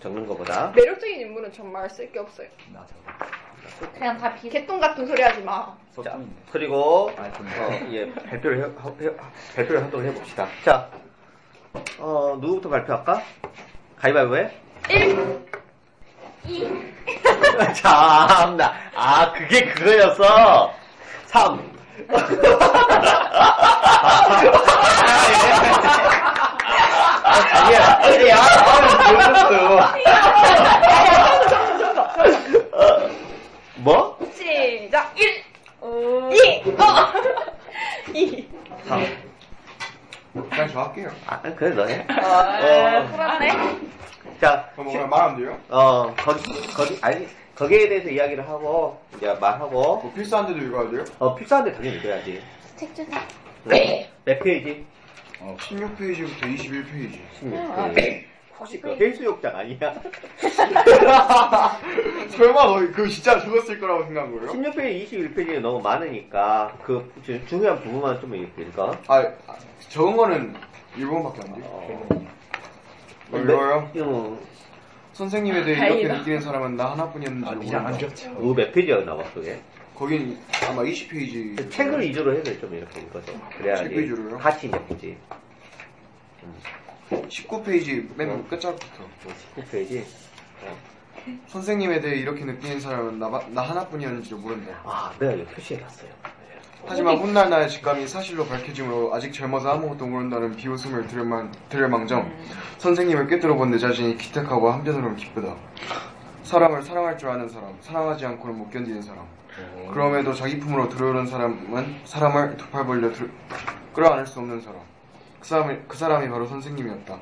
[SPEAKER 1] 적는 거보다.
[SPEAKER 5] 매력적인 인물은 정말 쓸 게 없어요.
[SPEAKER 6] 나 저거.
[SPEAKER 2] 그냥 다 비.
[SPEAKER 5] 개똥 같은 소리 하지 마.
[SPEAKER 1] 자,
[SPEAKER 6] 소통인데.
[SPEAKER 1] 그리고
[SPEAKER 6] 아이폰.
[SPEAKER 1] 어, 예, 발표를 해, 하- 해- 발표를 하도록 해봅시다. 자, 어, 누구부터 발표할까? 가위바위보 해?
[SPEAKER 2] 1, 2,
[SPEAKER 1] 참나. 아, 그게 그거였어. 3. 아니야, 아니야. 뭐?
[SPEAKER 5] 시작. 1. 오.
[SPEAKER 2] 2!
[SPEAKER 4] 그냥 저 할게요.
[SPEAKER 1] 아, 그래, 너네.
[SPEAKER 2] 아,
[SPEAKER 1] 어.
[SPEAKER 2] 풀었네.
[SPEAKER 1] 자,
[SPEAKER 4] 그럼 오늘 말하면 돼요?
[SPEAKER 1] 어, 거기, 거기, 아니, 거기에 대해서 이야기를 하고, 이제 말하고,
[SPEAKER 4] 뭐 필사한데도 읽어야 돼요?
[SPEAKER 1] 어, 필사한데 당연히 읽어야지. 네.
[SPEAKER 2] 책 주세요.
[SPEAKER 1] 몇 페이지?
[SPEAKER 4] 어, 16페이지부터 21페이지.
[SPEAKER 1] 음, 아, 16페이지. 혹시 그 해수욕장 아니야?
[SPEAKER 4] 설마 너 그거 진짜 적었을 거라고 생각한 거예요?
[SPEAKER 1] 16페이지, 21페이지는 너무 많으니까, 그, 주- 중요한 부분만 좀 읽을까?
[SPEAKER 4] 아, 아, 적은 거는 일본밖에 안 돼요.
[SPEAKER 1] 어,
[SPEAKER 4] 어,
[SPEAKER 1] 음,
[SPEAKER 4] 이거요?
[SPEAKER 1] 이거,
[SPEAKER 4] 선생님에 대해 이렇게 느끼는 사람은 나 하나뿐이었는지
[SPEAKER 6] 아,
[SPEAKER 4] 모른다.
[SPEAKER 6] 니랑 안 겹쳐.
[SPEAKER 1] 그몇 페이지가 나와, 그게?
[SPEAKER 4] 거긴 아마 20페이지.
[SPEAKER 1] 그 책을 위주로 해서 좀 이렇게 읽어줘. 그래야지.
[SPEAKER 4] 책 위주로요?
[SPEAKER 1] 같이 읽지.
[SPEAKER 4] 19페이지 맨 끝자락부터.
[SPEAKER 1] 뭐 19페이지.
[SPEAKER 4] 선생님에 대해 이렇게 느끼는 사람은 나, 나 하나뿐이었는지도 모른다.
[SPEAKER 1] 아, 내가 이거 표시해놨어요.
[SPEAKER 4] 하지만 훗날 나의 직감이 사실로 밝혀짐으로 아직 젊어서 아무것도 모른다는 비웃음을 들을만, 들을망정 선생님을 꿰뚫어 본 내 자신이 기특하고 한편으로는 기쁘다. 사람을 사랑할 줄 아는 사람, 사랑하지 않고는 못 견디는 사람. 그럼에도 자기 품으로 들어오는 사람은 사람을 두팔벌려 들- 끌어안을 수 없는 사람. 그 사람이, 그 사람이 바로 선생님이었다.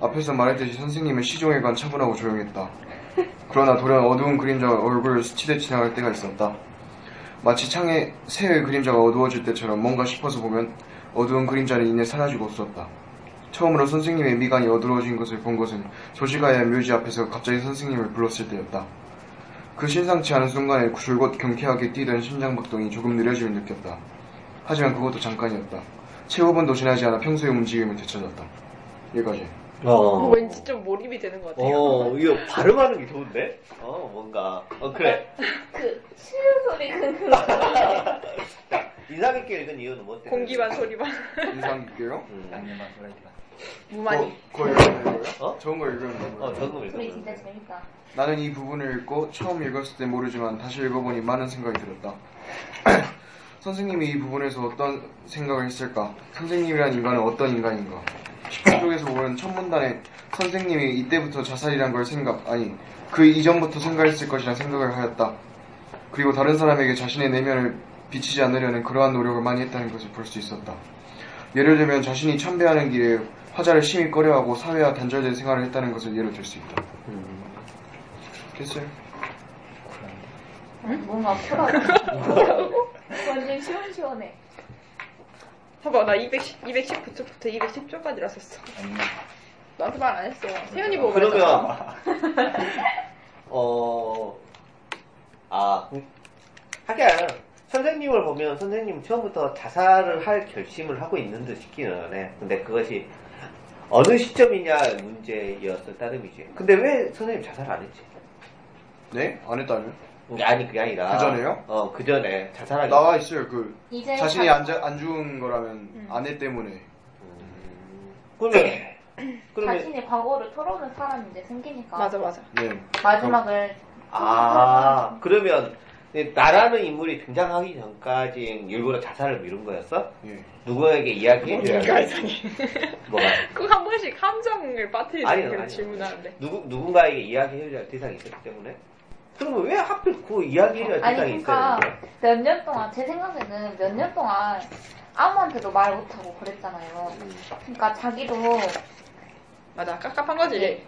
[SPEAKER 4] 앞에서 말했듯이 선생님은 시종일관 차분하고 조용했다. 그러나 돌연 어두운 그림자가 얼굴을 스치듯 지나갈 때가 있었다. 마치 창에 새의 그림자가 어두워질 때처럼 뭔가 싶어서 보면 어두운 그림자는 이내 사라지고 없었다. 처음으로 선생님의 미간이 어두워진 것을 본 것은 조시가의 묘지 앞에서 갑자기 선생님을 불렀을 때였다. 그 신상치 않은 순간에 줄곧 경쾌하게 뛰던 심장박동이 조금 느려짐을 느꼈다. 하지만 그것도 잠깐이었다. 최후 5분도 지나지 않아 평소의 움직임을 되찾았다. 여기까지.
[SPEAKER 1] 어.
[SPEAKER 5] 왠지 좀 몰입이 되는 것 같아요.
[SPEAKER 1] 어, 이거 발음하는 게 좋은데? 어, 뭔가. 어, 그래.
[SPEAKER 2] 그, 쉬는 소리 그,
[SPEAKER 1] 자, 인상 깊게 읽은 이유는 뭔데?
[SPEAKER 5] 아. 공기반 소리반
[SPEAKER 4] 인상 깊게요? 어,
[SPEAKER 1] 음.
[SPEAKER 6] 양념만 소라이드가.
[SPEAKER 5] 무만이.
[SPEAKER 4] 그거 읽으면 거예요?
[SPEAKER 1] 어?
[SPEAKER 4] 좋은 거 읽으면
[SPEAKER 1] 어,
[SPEAKER 4] 거예요?
[SPEAKER 1] 저도 읽어.
[SPEAKER 2] 소리 진짜 재밌다.
[SPEAKER 4] 나는 이 부분을 읽고 처음 읽었을 때 모르지만 다시 읽어보니 많은 생각이 들었다. 선생님이 이 부분에서 어떤 생각을 했을까? 선생님이란 인간은 어떤 인간인가? 식당 쪽에서 보는 첫 문단에 선생님이 이때부터 자살이란 걸 생각, 아니, 그 이전부터 생각했을 것이란 생각을 하였다. 그리고 다른 사람에게 자신의 내면을 비치지 않으려는 그러한 노력을 많이 했다는 것을 볼 수 있었다. 예를 들면 자신이 참배하는 길에 화자를 심히 꺼려하고 사회와 단절된 생활을 했다는 것을 예로 들 수 있다. 됐어요?
[SPEAKER 2] 뭔가 쿨하고 완전 시원시원해.
[SPEAKER 5] 봐봐 나 210, 219쪽부터 210쪽까지라 썼어 나한테 말 안 했어 세연이 보고 그랬잖아.
[SPEAKER 1] 음. 그러면 어, 아, 하긴 선생님을 보면 선생님 처음부터 자살을 할 결심을 하고 있는 듯 싶기는 해. 근데 그것이 어느 시점이냐 문제였을 따름이지. 근데 왜 선생님 자살 안 했지?
[SPEAKER 4] 네? 안 했다면?
[SPEAKER 1] 아니 그게 아니라
[SPEAKER 4] 그전에요?
[SPEAKER 1] 어, 그 전에 자살하기.
[SPEAKER 4] 나와 있어요. 그
[SPEAKER 2] 이제 음.
[SPEAKER 4] 자신이
[SPEAKER 2] 자-
[SPEAKER 4] 안, 자- 안 죽은 거라면 아내 때문에
[SPEAKER 1] 그러면 그러면
[SPEAKER 2] 자신의 과거를 털어놓은 사람이 이제 생기니까
[SPEAKER 5] 맞아 맞아
[SPEAKER 4] 네.
[SPEAKER 2] 마지막을
[SPEAKER 1] 아 그러면 나라는 인물이 등장하기 전까지 일부러 자살을 미룬 거였어?
[SPEAKER 4] 예.
[SPEAKER 1] 누구에게 이야기해?
[SPEAKER 5] 그러니까 이상해
[SPEAKER 1] 뭐가?
[SPEAKER 5] 그 한 번씩 함정을
[SPEAKER 1] 아니요,
[SPEAKER 5] 빠뜨리는 그런
[SPEAKER 1] 아니요.
[SPEAKER 5] 질문하는데
[SPEAKER 1] 누구, 누군가에게 이야기해줘야 대상이 있었기 때문에. 그러면 왜 하필 그 이야기해줘야
[SPEAKER 2] 아니,
[SPEAKER 1] 대상이 있어야
[SPEAKER 2] 그러니까
[SPEAKER 1] 되는데?
[SPEAKER 2] 몇 년 동안 제 생각에는 몇 년 동안 아무한테도 말 못하고 그랬잖아요.
[SPEAKER 1] 음.
[SPEAKER 2] 그러니까 자기도
[SPEAKER 5] 맞아 깝깝한 거지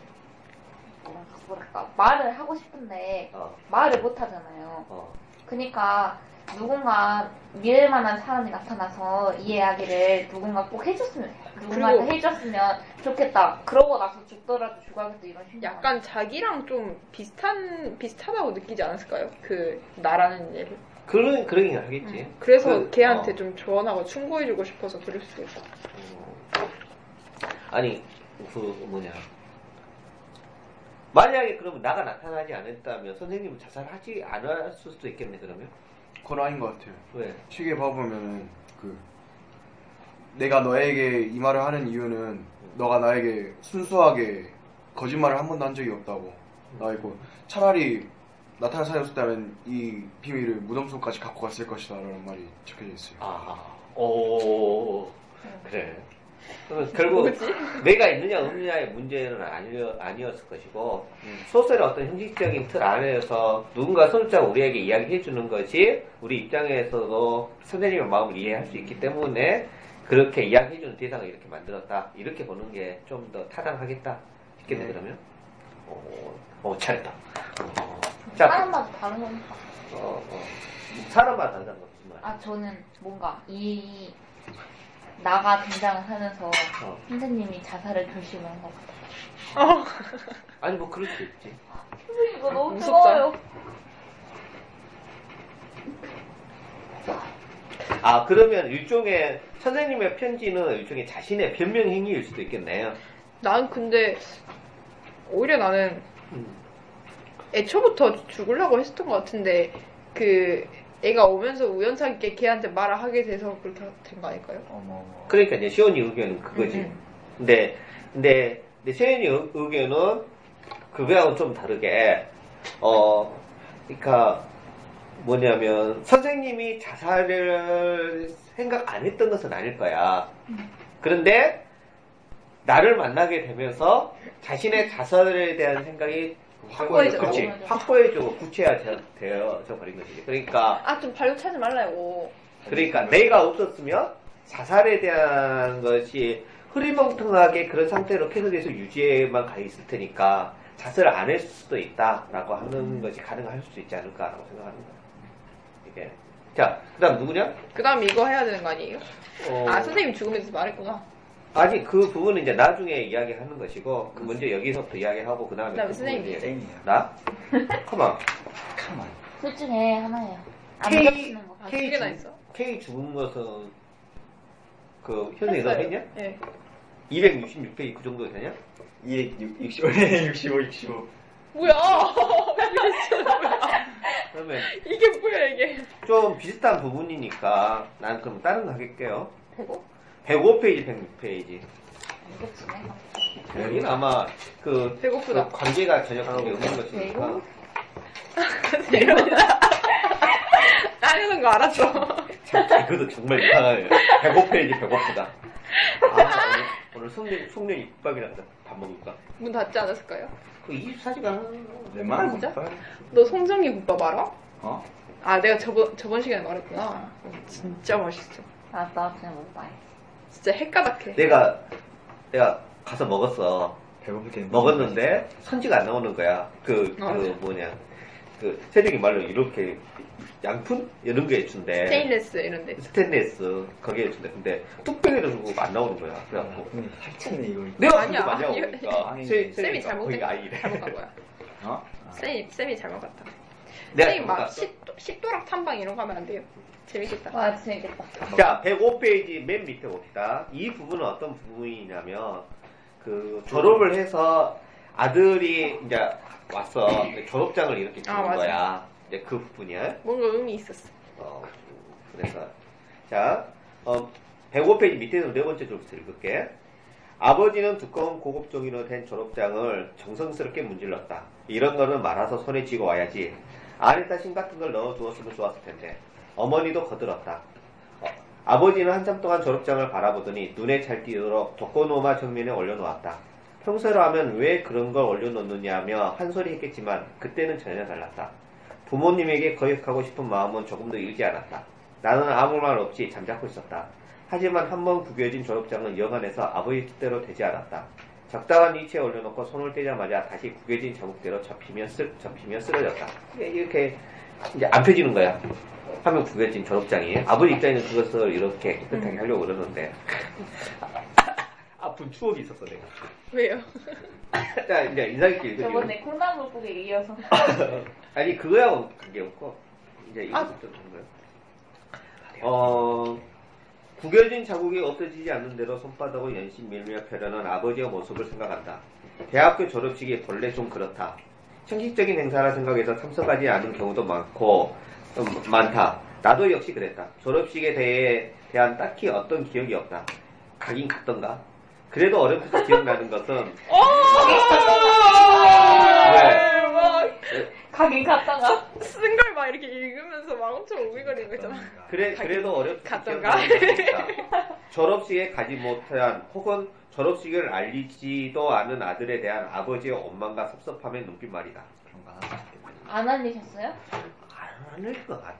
[SPEAKER 2] 뭐랄까 말을 하고 싶은데
[SPEAKER 1] 어,
[SPEAKER 2] 말을 못하잖아요.
[SPEAKER 1] 어.
[SPEAKER 2] 그러니까 누군가 믿을 만한 사람이 나타나서 이 이야기를 누군가 꼭 해줬으면 누군가한테
[SPEAKER 5] 그리고-
[SPEAKER 2] 해줬으면 좋겠다. 그러고 나서 죽더라도 죽어야겠다 이런 생각.
[SPEAKER 5] 약간 자기랑 좀 비슷한 비슷하다고 느끼지 않았을까요? 그 나라는 얘를
[SPEAKER 1] 그런, 그러긴 하겠지.
[SPEAKER 5] 음. 그래서
[SPEAKER 1] 그,
[SPEAKER 5] 걔한테
[SPEAKER 1] 어.
[SPEAKER 5] 좀 조언하고 충고해주고 싶어서 그럴 수도 있고
[SPEAKER 1] 음. 아니, 그, 뭐냐. 만약에 그러면 나가 나타나지 않았다면 선생님은 자살하지 않았을 수도 있겠네, 그러면?
[SPEAKER 4] 그건 아닌 것 같아요.
[SPEAKER 1] 왜?
[SPEAKER 4] 쉽게 봐보면은 그 내가 너에게 이 말을 하는 이유는 너가 나에게 순수하게 거짓말을 한 번도 한 적이 없다고 나이고 차라리 나타난 사이였었다면 이 비밀을 무덤 속까지 갖고 갔을 것이다 라는 말이 적혀져 있어요
[SPEAKER 1] 아, 오, 그래. 그러면 결국 내가 있느냐 없느냐의 문제는 아니었, 아니었을 것이고 소설의 어떤 형식적인 틀 안에서 누군가 소설자가 우리에게 이야기해주는 것이 우리 입장에서도 선생님의 마음을 이해할 수 있기 때문에 그렇게 이야기해주는 대상을 이렇게 만들었다 이렇게 보는 게 좀 더 타당하겠다 싶겠네
[SPEAKER 4] 네.
[SPEAKER 1] 그러면 오, 오 잘했다 어, 자,
[SPEAKER 2] 사람마다 다른 거니까.
[SPEAKER 1] 어, 어. 사람마다 다르다는 거지 뭐. 정말.
[SPEAKER 2] 아 저는 뭔가 이 나가 등장을 하면서
[SPEAKER 1] 어.
[SPEAKER 2] 선생님이 자살을 결심한 것 같아요.
[SPEAKER 1] 아니 뭐 그럴 수 있지
[SPEAKER 2] 선생님 이거 너무
[SPEAKER 5] 무섭다.
[SPEAKER 2] 무서워요.
[SPEAKER 1] 아 그러면 일종의 선생님의 편지는 일종의 자신의 변명 행위일 수도 있겠네요.
[SPEAKER 5] 난 근데 오히려 나는
[SPEAKER 1] 음.
[SPEAKER 5] 애초부터 죽으려고 했었던 것 같은데 그 애가 오면서 우연찮게 걔한테 말을 하게 돼서 그렇게 된 거 아닐까요?
[SPEAKER 6] 어머.
[SPEAKER 1] 그러니까 이제 시온이 의견은 그거지.
[SPEAKER 5] 음,
[SPEAKER 1] 근데 근데 근데 시온이 의- 의견은 그거하고 좀 다르게 어 그러니까 뭐냐면 선생님이 자살을 생각 안 했던 것은 아닐 거야.
[SPEAKER 4] 음.
[SPEAKER 1] 그런데 나를 만나게 되면서 자신의 자살에 대한 생각이
[SPEAKER 4] 확고해져.
[SPEAKER 1] 그치.
[SPEAKER 2] 확고해져.
[SPEAKER 1] 확고해지고 구체화되어져 버린 거지. 그러니까
[SPEAKER 5] 아 좀 발로 차지 말라고
[SPEAKER 1] 그러니까 내가 없었으면 자살에 대한 것이 흐리멍텅하게 그런 상태로 계속해서 유지에만 가 있을 테니까 자살을 안 했을 수도 있다라고 하는
[SPEAKER 5] 음.
[SPEAKER 1] 것이 가능할 수도 있지 않을까라고 생각하는 거야. 이게 자 그다음 누구냐?
[SPEAKER 5] 그 다음 이거 해야 되는 거 아니에요?
[SPEAKER 1] 어,
[SPEAKER 5] 아 선생님 죽음에 대해서 말했구나
[SPEAKER 1] 아니 그 부분은 이제 나중에 이야기하는 것이고 그 먼저 여기서부터 이야기하고 그다음에
[SPEAKER 5] 그다음에
[SPEAKER 1] 그
[SPEAKER 5] 선생님
[SPEAKER 1] 부분을
[SPEAKER 5] 이제.
[SPEAKER 1] 이야기해. 나? 컴온
[SPEAKER 6] 가만.
[SPEAKER 2] 둘 중에 하나예요. 안
[SPEAKER 1] K-
[SPEAKER 2] 겹치는 거.
[SPEAKER 5] 아,
[SPEAKER 1] K
[SPEAKER 5] 두 개나
[SPEAKER 1] 중-
[SPEAKER 5] 있어
[SPEAKER 1] K 죽은 것은 그 현우 이거 했냐?
[SPEAKER 5] 네
[SPEAKER 1] 266페이지 그 정도 되냐?
[SPEAKER 6] 265,
[SPEAKER 1] 네,
[SPEAKER 6] 65, 65.
[SPEAKER 5] 뭐야
[SPEAKER 1] 그러면
[SPEAKER 5] 이게 뭐야 이게
[SPEAKER 1] 좀 비슷한 부분이니까 난 그럼 다른 거 하겠게요.
[SPEAKER 2] 되고
[SPEAKER 1] 105페이지, 106페이지.
[SPEAKER 2] 안 겹치네.
[SPEAKER 1] 여기는 아마 그,
[SPEAKER 5] 배고프다
[SPEAKER 1] 그 관계가 전혀 관계 없는 것이니까.
[SPEAKER 5] 따르는 거 알았어
[SPEAKER 1] 참, 개그도 정말 이상하네요. 105페이지, 105페이지다. 아, 오늘, 오늘 송년, 송년 육박이라 밥 먹을까?
[SPEAKER 5] 문 닫지 않았을까요?
[SPEAKER 1] 그 24시간.
[SPEAKER 6] 내말
[SPEAKER 5] 진짜? 너 송정이 국밥 알아?
[SPEAKER 6] 어?
[SPEAKER 5] 아 내가 저번 저번 시간에 말했구나 어, 진짜 맛있어
[SPEAKER 2] 아, 나 그냥 못 봐요.
[SPEAKER 5] 진짜 헷가닥해.
[SPEAKER 1] 내가 내가 가서 먹었어.
[SPEAKER 6] 배고플 때
[SPEAKER 1] 먹었는데 선지가 안 나오는 거야. 그, 그
[SPEAKER 5] 어.
[SPEAKER 1] 뭐냐. 그 세력이 말로 이렇게 양푼 이런 게 준대.
[SPEAKER 5] 스테인레스 이런데.
[SPEAKER 1] 스테인레스 거기에 준대. 근데 뚝배기도 주고 안 나오는 거야. 그래갖고
[SPEAKER 6] 살찌네 이거.
[SPEAKER 1] 내가
[SPEAKER 5] 아니야,
[SPEAKER 1] 그거 많이
[SPEAKER 5] 아니야.
[SPEAKER 1] 먹으니까
[SPEAKER 6] 아니,
[SPEAKER 5] 쌤이 잘못된
[SPEAKER 1] 거기가
[SPEAKER 5] 거
[SPEAKER 1] 아니래. 아.
[SPEAKER 5] 잘못 간 거야.
[SPEAKER 6] 어?
[SPEAKER 5] 쌤이 쌤이 잘못 갔다.
[SPEAKER 1] 내가
[SPEAKER 5] 쌤이 막
[SPEAKER 1] 잘못 갔어.
[SPEAKER 5] 식도, 식도락 탐방 이런 거 하면 안 돼요. 재밌겠다.
[SPEAKER 2] 와 재밌겠다.
[SPEAKER 1] 자 105페이지 맨 밑에 봅시다. 이 부분은 어떤 부분이냐면 그 졸업을 해서 아들이 이제 왔어. 졸업장을 이렇게 주는
[SPEAKER 5] 아, 맞아.
[SPEAKER 1] 거야. 이제 그 부분이야.
[SPEAKER 5] 뭔가 의미 있었어.
[SPEAKER 1] 어, 그래서 자 어, 105페이지 밑에는 네 번째 줄부터 읽을게. 아버지는 두꺼운 고급 종이로 된 졸업장을 정성스럽게 문질렀다. 이런 거는 말아서 손에 쥐고 와야지. 안에 다신 같은 걸 넣어 두었으면 좋았을 텐데. 어머니도 거들었다. 어, 아버지는 한참 동안 졸업장을 바라보더니 눈에 잘 띄도록 독거노마 정면에 올려놓았다. 평소로 하면 왜 그런 걸 올려놓느냐며 한 소리 했겠지만 그때는 전혀 달랐다. 부모님에게 거역하고 싶은 마음은 조금도 일지 않았다. 나는 아무 말 없이 잠자코 있었다. 하지만 한 번 구겨진 졸업장은 영안에서 아버지 뜻대로 되지 않았다. 적당한 위치에 올려놓고 손을 떼자마자 다시 구겨진 자국대로 접히며, 쓸, 접히며 쓰러졌다. 이렇게 이제 안 펴지는 거야. 하면 구겨진 졸업장이. 아버지 입장에는 그것을 이렇게 깨끗하게 하려고 그러는데. 음. 아픈 추억이 있었어, 내가.
[SPEAKER 5] 왜요?
[SPEAKER 1] 자, 이제 인사깊게 읽어주
[SPEAKER 2] 저번에 콩나물 국에 이어서
[SPEAKER 1] 아니 그거하고 관계없고 이제 이것도
[SPEAKER 5] 아.
[SPEAKER 1] 는 거예요. 어 구겨진 자국이 없어지지 않는 대로 손바닥을 연신 밀며 펴려는 아버지의 모습을 생각한다. 대학교 졸업식이 본래 좀 그렇다. 형식적인 행사라 생각해서 참석하지 않은 경우도 많고 음, 많다. 나도 역시 그랬다. 졸업식에 대해 대한 딱히 어떤 기억이 없다. 가긴 갔던가. 그래도 어렴풋이 기억나는 것은 왜?
[SPEAKER 2] 가긴 갔다가
[SPEAKER 5] 쓴 걸 막 이렇게 읽으면서 막 엄청 오글거리는 거 있잖아.
[SPEAKER 1] 그래,
[SPEAKER 5] 가긴
[SPEAKER 1] 그래도 어렵게
[SPEAKER 5] 갔던가?
[SPEAKER 1] 졸업식에 가지 못한 혹은 졸업식을 알리지도 않은 아들에 대한 아버지의 원망과 섭섭함의 눈빛말이다.
[SPEAKER 2] 안 알리셨어요?
[SPEAKER 1] 안할 것 같아.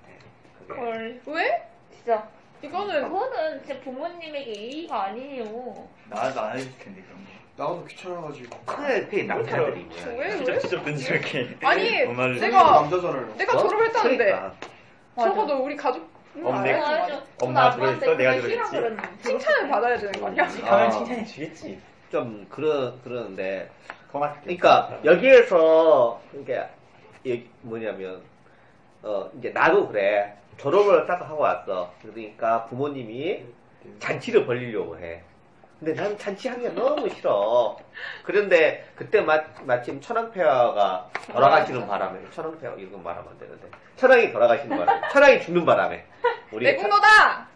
[SPEAKER 1] 그게.
[SPEAKER 5] 헐. 왜?
[SPEAKER 2] 진짜
[SPEAKER 5] 이거는
[SPEAKER 2] 그거는 진짜 부모님에게 예의가 아니에요.
[SPEAKER 6] 나도 안 해줄 텐데 그런 거.
[SPEAKER 4] 나도 귀찮아가지고.
[SPEAKER 1] 그게, 그게 남자들이 뭐야.
[SPEAKER 5] 어, 왜 네. 왜?
[SPEAKER 6] 직접 직접 든지 이렇게.
[SPEAKER 5] 아니,
[SPEAKER 6] 엄마를.
[SPEAKER 5] 내가-
[SPEAKER 4] 뭐? 남자잖아요.
[SPEAKER 5] 내가
[SPEAKER 1] 어?
[SPEAKER 5] 졸업했다는데
[SPEAKER 1] 그러니까.
[SPEAKER 2] 맞아.
[SPEAKER 5] 적어도 우리 가족 음,
[SPEAKER 6] 없네.
[SPEAKER 5] 알아야지.
[SPEAKER 2] 알죠.
[SPEAKER 6] 엄마
[SPEAKER 2] 저는 아빠한테
[SPEAKER 6] 들어있어? 내가
[SPEAKER 2] 그걸
[SPEAKER 6] 들어있지?
[SPEAKER 2] 싫어 그랬는데.
[SPEAKER 5] 칭찬을 받아야 되는 거 아니야?
[SPEAKER 6] 가면
[SPEAKER 1] 아.
[SPEAKER 6] 칭찬해 주겠지.
[SPEAKER 1] 좀 그러 그러는데
[SPEAKER 6] 고맙게.
[SPEAKER 1] 그러니까 여기에서 그러니까 여기 뭐냐면 어 이제 나도 그래 졸업을 딱 하고 왔어 그러니까 부모님이 잔치를 벌리려고 해 근데 난 잔치하기가 너무 싫어 그런데 그때 마, 마침 천황폐하가 돌아가시는 바람에 천황폐하 이건 말하면 안 되는데 천황이 돌아가시는 바람에 천황이 죽는 바람에 우리
[SPEAKER 5] 내 공로다!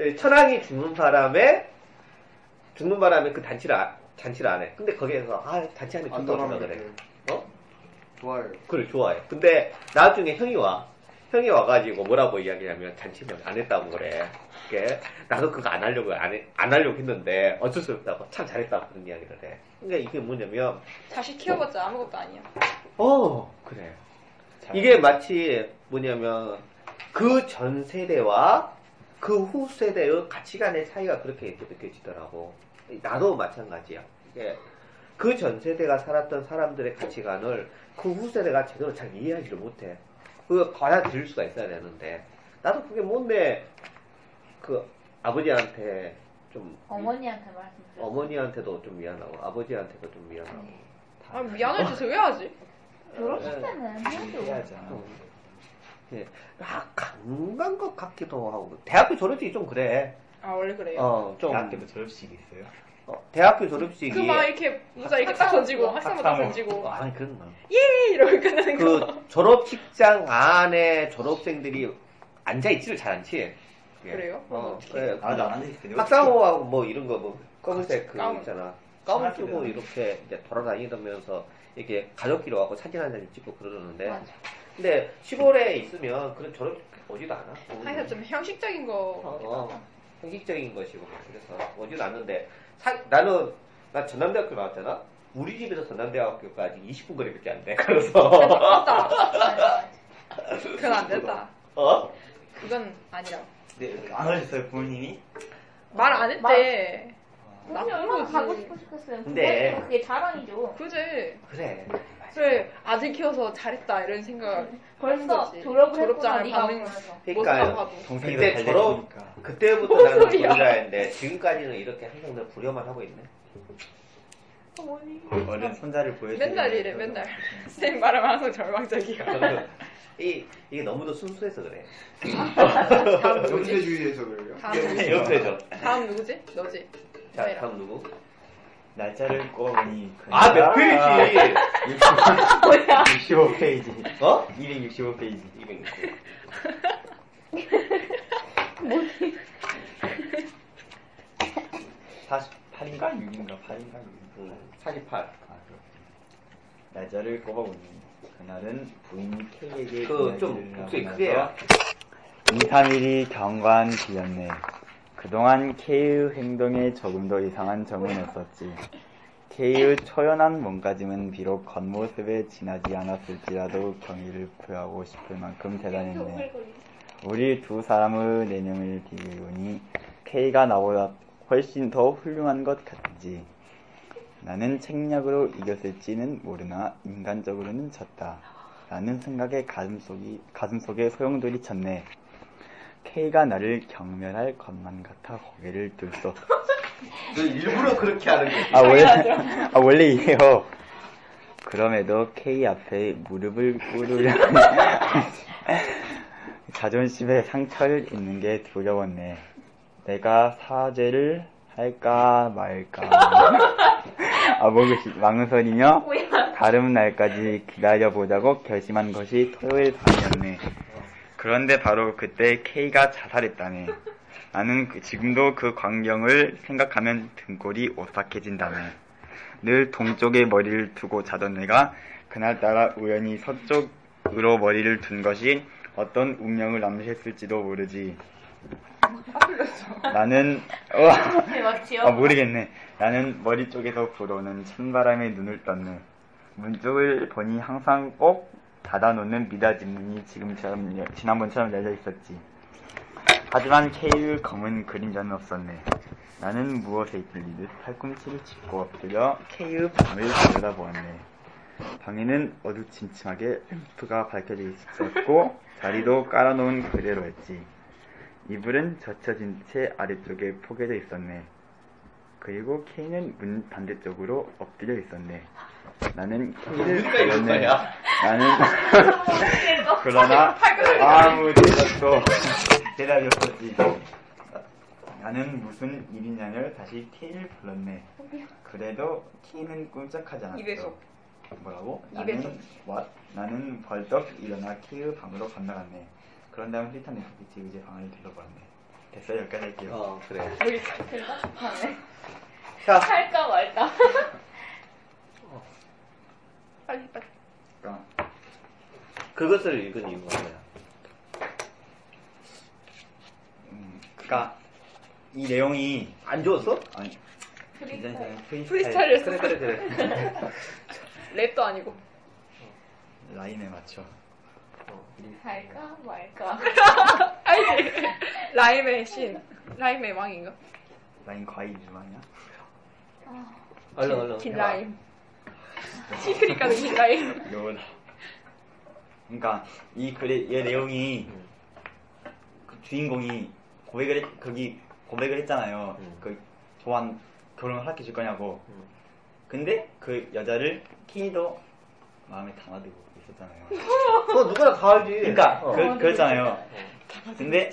[SPEAKER 1] 예, 천황이 죽는 바람에 죽는 바람에 그 잔치를 안, 잔치를 안 해. 근데 거기에서 아 잔치 하면
[SPEAKER 4] 안
[SPEAKER 1] 좋다고 생각을 해.
[SPEAKER 4] 돌아가면
[SPEAKER 1] 어?
[SPEAKER 4] 좋아요.
[SPEAKER 1] 그걸 좋아해. 근데 나중에 형이 와. 형이 와가지고 뭐라고 이야기하면 잔치는 안 했다고 그래. 이렇게 나도 그거 안 하려고 안, 해- 안 하려고 했는데 어쩔 수 없다고 참 잘했다고 그런 이야기를 해. 그러니까 이게 뭐냐면
[SPEAKER 5] 자식 키워봤자 아무것도 아니야.
[SPEAKER 1] 어 그래. 이게 마치 뭐냐면 그 전 세대와 그 후 세대의 가치관의 차이가 그렇게 이렇게 느껴지더라고. 나도 마찬가지야. 그 전 세대가 살았던 사람들의 가치관을 그 후 세대가 제대로 잘 이해하지를 못해. 그거 받아들일 수가 있어야 되는데 나도 그게 뭔데 그 아버지한테 좀
[SPEAKER 2] 어머니한테 말씀드렸어요.
[SPEAKER 1] 어머니한테도 좀 미안하고 아버지한테도 좀 미안하고
[SPEAKER 2] 네.
[SPEAKER 5] 아, 미안할 짓을 왜 하지?
[SPEAKER 2] 졸업식 때는
[SPEAKER 1] 네.
[SPEAKER 2] 해야죠.
[SPEAKER 6] 해야잖아.
[SPEAKER 1] 아, 강간 것 같기도 하고 대학교 졸업식이 좀 그래.
[SPEAKER 5] 아, 원래 그래요.
[SPEAKER 1] 어, 좀
[SPEAKER 6] 대학교도 졸업식이 있어요.
[SPEAKER 1] 어, 대학교 졸업식이
[SPEAKER 5] 그 막 이렇게 문자 이렇게 딱 던지고 학생부 딱
[SPEAKER 6] 학사모.
[SPEAKER 1] 어,
[SPEAKER 5] 던지고
[SPEAKER 1] 아니 그런 거.
[SPEAKER 5] 예 이러고 끝나는 거.
[SPEAKER 1] 그 졸업식장 안에 졸업생들이 앉아 있지를 잘 않지. 예.
[SPEAKER 5] 그래요?
[SPEAKER 1] 어,
[SPEAKER 5] 어떻게?
[SPEAKER 1] 예.
[SPEAKER 6] 아, 나안 해줄 텐데.
[SPEAKER 1] 학사모하고 뭐 이런 거 뭐 검은색 그
[SPEAKER 5] 가운.
[SPEAKER 1] 있잖아. 가운 쓰고
[SPEAKER 6] 사진은.
[SPEAKER 1] 이렇게 이제 돌아다니면서 이렇게 가족끼리 와고 사진 한 장 찍고 그러는데
[SPEAKER 2] 맞아.
[SPEAKER 1] 근데 시골에 있으면 그런 졸업식 오지도 않아.
[SPEAKER 5] 하여튼 좀 형식적인 거.
[SPEAKER 1] 어, 어, 형식적인 것이고 뭐 그래서 오지도 않는데 사- 나는 나 전남대학교 나왔잖아 우리 집에서 전남대학교까지 20분 거리밖에 안 돼 그래서
[SPEAKER 5] 맞다.
[SPEAKER 2] 맞아.
[SPEAKER 5] 그건 안 된다.
[SPEAKER 1] 어?
[SPEAKER 5] 그건 아니라.
[SPEAKER 6] 네, 안 하셨어요 부모님이?
[SPEAKER 5] 말 안 했대.
[SPEAKER 2] 아니
[SPEAKER 5] 나쁜
[SPEAKER 2] 얼마나
[SPEAKER 5] 거지.
[SPEAKER 2] 가고 싶어 싶겠어요.
[SPEAKER 1] 근데-
[SPEAKER 2] 근데 그게 자랑이죠.
[SPEAKER 5] 그지?
[SPEAKER 1] 그래.
[SPEAKER 5] 그래 아들 키워서 잘했다 이런 생각.
[SPEAKER 2] 음. 벌써
[SPEAKER 5] 거지.
[SPEAKER 2] 졸업을 했구나
[SPEAKER 5] 졸업장을
[SPEAKER 2] 네가
[SPEAKER 5] 받는
[SPEAKER 2] 거
[SPEAKER 5] 모습만
[SPEAKER 1] 그러니까
[SPEAKER 5] 봐도.
[SPEAKER 1] 이제
[SPEAKER 6] 잘
[SPEAKER 1] 저런
[SPEAKER 6] 됐으니까.
[SPEAKER 1] 그때부터
[SPEAKER 5] 뭔
[SPEAKER 1] 나는
[SPEAKER 5] 소리야.
[SPEAKER 1] 불자인데 지금까지는 이렇게 항상 늘 불효만 하고 있네.
[SPEAKER 6] 어른 손자를 보여주는
[SPEAKER 5] 아, 맨날 이래, 맨날. 선생님 말하면 항상 절망적이야.
[SPEAKER 1] 이 이게 너무도 순수해서 그래.
[SPEAKER 5] 다음 누구지?
[SPEAKER 4] 연쇄주의에서 그래요.
[SPEAKER 5] 다음 누구지?
[SPEAKER 1] 연쇄죠.
[SPEAKER 5] 다음 누구지? 너지.
[SPEAKER 1] 자 다음 누구?
[SPEAKER 6] 날짜를 꼬아보니 그러니까.
[SPEAKER 1] 아 맥크리지.
[SPEAKER 6] 65페이지
[SPEAKER 1] 어?
[SPEAKER 6] 아. 265페이지
[SPEAKER 1] 이백.
[SPEAKER 6] 사십 8인가 6인가 8인가 6인가
[SPEAKER 1] 음, 48.
[SPEAKER 6] 아 그렇군 날짜를 꼽아보니 그날은 부인 K에게
[SPEAKER 1] 그좀
[SPEAKER 6] 아,
[SPEAKER 1] 목소리 크게 해라.
[SPEAKER 6] 2, 3일이 경과한 뒤였네 그동안 K의 행동에 조금 더 이상한 점은 없었지 K의 초연한 몸가짐은 비록 겉모습에 지나지 않았을지라도 경의를 표하고 싶을 만큼 대단했네 우리 두 사람의 내면을 비교해보니 K가 나보다 훨씬 더 훌륭한 것 같지. 나는 책략으로 이겼을지는 모르나 인간적으로는 졌다. 라는 생각에 가슴속이, 가슴속에 소용돌이 쳤네. K가 나를 경멸할 것만 같아 고개를 들 수 없
[SPEAKER 4] 일부러 그렇게 하는 거.
[SPEAKER 6] 아, 원래, 아, 원래 이래요. 그럼에도 K 앞에 무릎을 꿇으려는 자존심에 상처를 입는 게 두려웠네. 내가 사죄를 할까 말까. 아, 먹으시, 망설이며 다른 날까지 기다려보자고 결심한 것이 토요일 밤이었네. 그런데 바로 그때 K가 자살했다네. 나는 그- 지금도 그 광경을 생각하면 등골이 오싹해진다네. 늘 동쪽에 머리를 두고 자던 내가 그날따라 우연히 서쪽으로 머리를 둔 것이 어떤 운명을 남시했을지도 모르지. 나는 우와.
[SPEAKER 2] 네, 맞지요?
[SPEAKER 6] 아 모르겠네. 나는 머리 쪽에서 불어오는 찬바람에 눈을 떴네. 문 쪽을 보니 항상 꼭 닫아놓는 미닫이 문이 지금처럼 여- 지난번처럼 열려 있었지. 하지만 케이의 검은 그림자는 없었네. 나는 무엇에 이끌리듯 팔꿈치를 짚고 엎드려 케이의 방을 들여다보았네. 방에는 어두침침하게 램프가 밝혀져 있었고 자리도 깔아놓은 그대로였지. 이불은 젖혀진 채 아래쪽에 포개져 있었네. 그리고 K는 문 반대쪽으로 엎드려 있었네. 나는 K를 보였네. 나는 그러나 아무 대답도 대답이 없었지. 나는 무슨 일이냐며 다시 K를 불렀네. 그래도 K는 꼼짝하지 않았어.
[SPEAKER 5] 이래서.
[SPEAKER 6] 뭐라고?
[SPEAKER 5] 이래서.
[SPEAKER 6] 나는 와, 나는 벌떡 일어나 K의 방으로 건너갔네. 그런 다음 힐탄 넷플릭스 이제 방을 들러보았네. 됐어요. 여기까지 할게요.
[SPEAKER 1] 어 그래.
[SPEAKER 2] 할까 말까.
[SPEAKER 5] 빨리 빨리.
[SPEAKER 6] 그러니까
[SPEAKER 1] 그것을 읽은 이유가 뭐야?
[SPEAKER 6] 음, 그러니까 이 내용이
[SPEAKER 1] 안 좋았어?
[SPEAKER 6] 아니
[SPEAKER 2] 그리고
[SPEAKER 6] 프리스타일,
[SPEAKER 5] 프리스타일이었어.
[SPEAKER 1] 그래 그래 그래.
[SPEAKER 5] 랩도 아니고.
[SPEAKER 6] 라인에 맞춰
[SPEAKER 2] 할까 말까.
[SPEAKER 5] 알지? 라임의 신. 라임의 왕인가?
[SPEAKER 6] 라인 과일 이름 아니야?
[SPEAKER 1] 얼른 얼른.
[SPEAKER 5] 긴
[SPEAKER 1] 해봐.
[SPEAKER 5] 라임. 시크릿 가는 긴 라임.
[SPEAKER 6] 요다 그러니까 이 글의 얘 내용이
[SPEAKER 1] 음.
[SPEAKER 6] 그 주인공이 고백을 했, 거기 고백을 했잖아요.
[SPEAKER 1] 음.
[SPEAKER 6] 그 조한 결혼을 할게 줄 거냐고.
[SPEAKER 1] 음.
[SPEAKER 6] 근데 그 여자를 키도 마음에 담아두고 있었잖아요.
[SPEAKER 1] 그거 누구나 다 알지.
[SPEAKER 6] 그러니까
[SPEAKER 1] 어.
[SPEAKER 6] 그, 그랬잖아요. 근데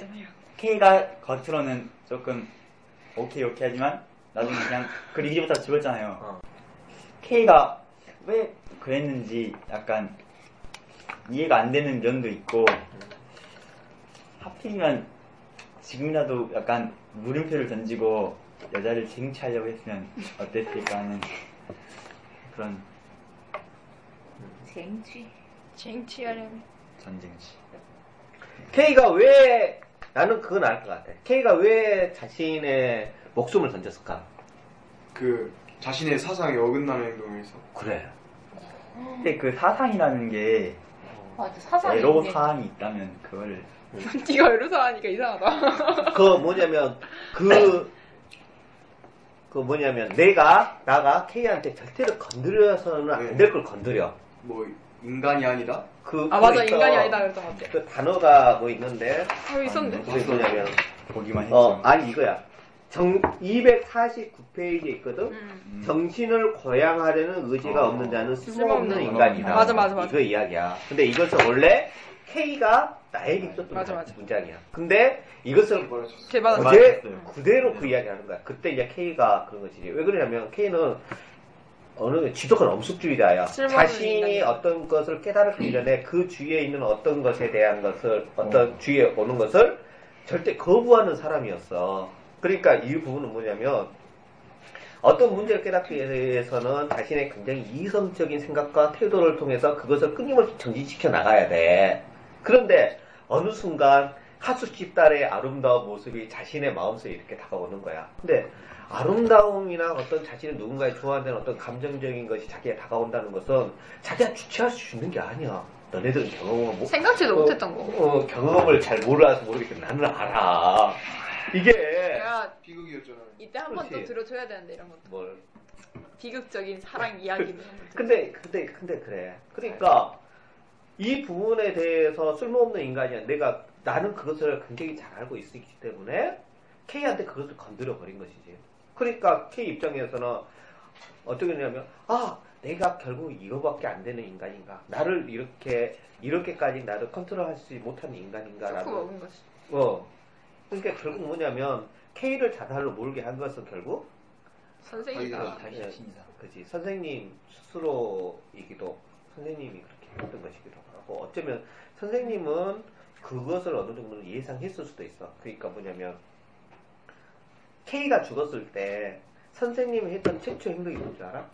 [SPEAKER 6] K가 겉으로는 조금 오케이 오케이 하지만 나중에 그냥 그 리기부터 죽었잖아요.
[SPEAKER 1] 어.
[SPEAKER 6] K가 왜 그랬는지 약간 이해가 안 되는 면도 있고 하필이면 지금이라도 약간 물음표를 던지고 여자를 쟁취하려고 했으면 어땠을까 하는 그런
[SPEAKER 2] 쟁취.
[SPEAKER 5] 쟁취하려면.
[SPEAKER 6] 전쟁시.
[SPEAKER 1] K가 왜 나는 그건 알 것 같아. K가 왜 자신의 목숨을 던졌을까?
[SPEAKER 4] 그 자신의 사상에 어긋나는 행동에서
[SPEAKER 1] 그래.
[SPEAKER 6] 근데 그 사상이라는 게
[SPEAKER 2] 맞아 사상이.
[SPEAKER 6] 에로
[SPEAKER 2] 있네.
[SPEAKER 6] 사항이 있다면 그거를
[SPEAKER 5] 그러니까. 네가 이러서 하니까 이상하다.
[SPEAKER 1] 그 뭐냐면 그 그 뭐냐면 내가 나가 K한테 절대로 건드려서는 안 될 걸 건드려.
[SPEAKER 4] 뭐 인간이 아니다?
[SPEAKER 1] 그,
[SPEAKER 5] 아
[SPEAKER 1] 그거
[SPEAKER 5] 맞아
[SPEAKER 1] 있어.
[SPEAKER 5] 인간이 아니다 그랬던 것 같아.
[SPEAKER 1] 그 단어가 뭐 있는데
[SPEAKER 5] 아 있었는데.
[SPEAKER 1] 그게 뭐냐면
[SPEAKER 6] 보기만 했죠.
[SPEAKER 1] 어 아니 이거야. 정 249페이지에 있거든.
[SPEAKER 5] 음.
[SPEAKER 1] 정신을 고양하려는 의지가
[SPEAKER 4] 어.
[SPEAKER 1] 없는 자는 쓸모없는
[SPEAKER 5] 쓸모없는
[SPEAKER 1] 인간이다.
[SPEAKER 5] 맞아, 맞아, 맞아.
[SPEAKER 1] 이거 이야기야. 근데 이것은 원래 K가 나에게 있었던
[SPEAKER 5] 맞아, 맞아.
[SPEAKER 1] 문장이야. 근데 이것을
[SPEAKER 4] 벌어졌어.
[SPEAKER 5] 개발
[SPEAKER 6] 맞아.
[SPEAKER 1] 어제
[SPEAKER 6] 맞았어요.
[SPEAKER 1] 그대로 그 이야기하는 거야. 그때 이제 K가 그런 거지. 왜 그러냐면 K는 어느 지독한 엄숙주의자야.
[SPEAKER 5] 쓸모없는
[SPEAKER 1] 자신이
[SPEAKER 5] 인간이야.
[SPEAKER 1] 어떤 것을 깨달았기 전에 그 주위에 있는 어떤 것에 대한 것을 어떤 주위에 오는 것을 절대 거부하는 사람이었어. 그러니까 이 부분은 뭐냐면 어떤 문제를 깨닫기 위해서는 자신의 굉장히 이성적인 생각과 태도를 통해서 그것을 끊임없이 정진시켜 나가야 돼. 그런데 어느 순간 하숙집 딸의 아름다운 모습이 자신의 마음속에 이렇게 다가오는 거야. 근데 아름다움이나 어떤 자신을 누군가에 좋아하는 어떤 감정적인 것이 자기에 다가온다는 것은 자기가 주체할 수 있는 게 아니야. 너네들은 경험을 못,
[SPEAKER 5] 생각지도
[SPEAKER 1] 어,
[SPEAKER 5] 못했던 거.
[SPEAKER 1] 어, 경험을 잘 몰라서 모르겠는데 나는 알아. 이게
[SPEAKER 5] 내가
[SPEAKER 4] 비극이었잖아.
[SPEAKER 5] 이때 한 번 더
[SPEAKER 1] 그렇지.
[SPEAKER 5] 들어줘야 되는데 이런 것도
[SPEAKER 1] 뭘
[SPEAKER 5] 비극적인 사랑 이야기를 한번
[SPEAKER 1] 근데 근데 근데 그래. 그러니까 이 부분에 대해서 쓸모없는 인간이야. 내가 나는 그것을 굉장히 잘 알고 있기 때문에 K한테 그것을 건드려 버린 것이지. 그러니까 K 입장에서는 어떻게 되냐면 아 내가 결국 이거밖에 안 되는 인간인가. 나를 이렇게 이렇게까지 나를 컨트롤하지 못하는
[SPEAKER 5] 초코
[SPEAKER 1] 인간인가라고.
[SPEAKER 5] 먹은 거지.
[SPEAKER 1] 어. 그러니까 결국 뭐냐면 K를 자살로 몰게 한 것은 결국
[SPEAKER 5] 선생님이다.
[SPEAKER 4] 아이고.
[SPEAKER 1] 다시 신이다. 그지 예. 선생님 스스로이기도 선생님이 그렇게 했던 것이기도 하고 어쩌면 선생님은 그것을 어느 정도는 예상했을 수도 있어. 그러니까 뭐냐면 K가 죽었을 때 선생님이 했던 최초 행동이 뭔지 알아?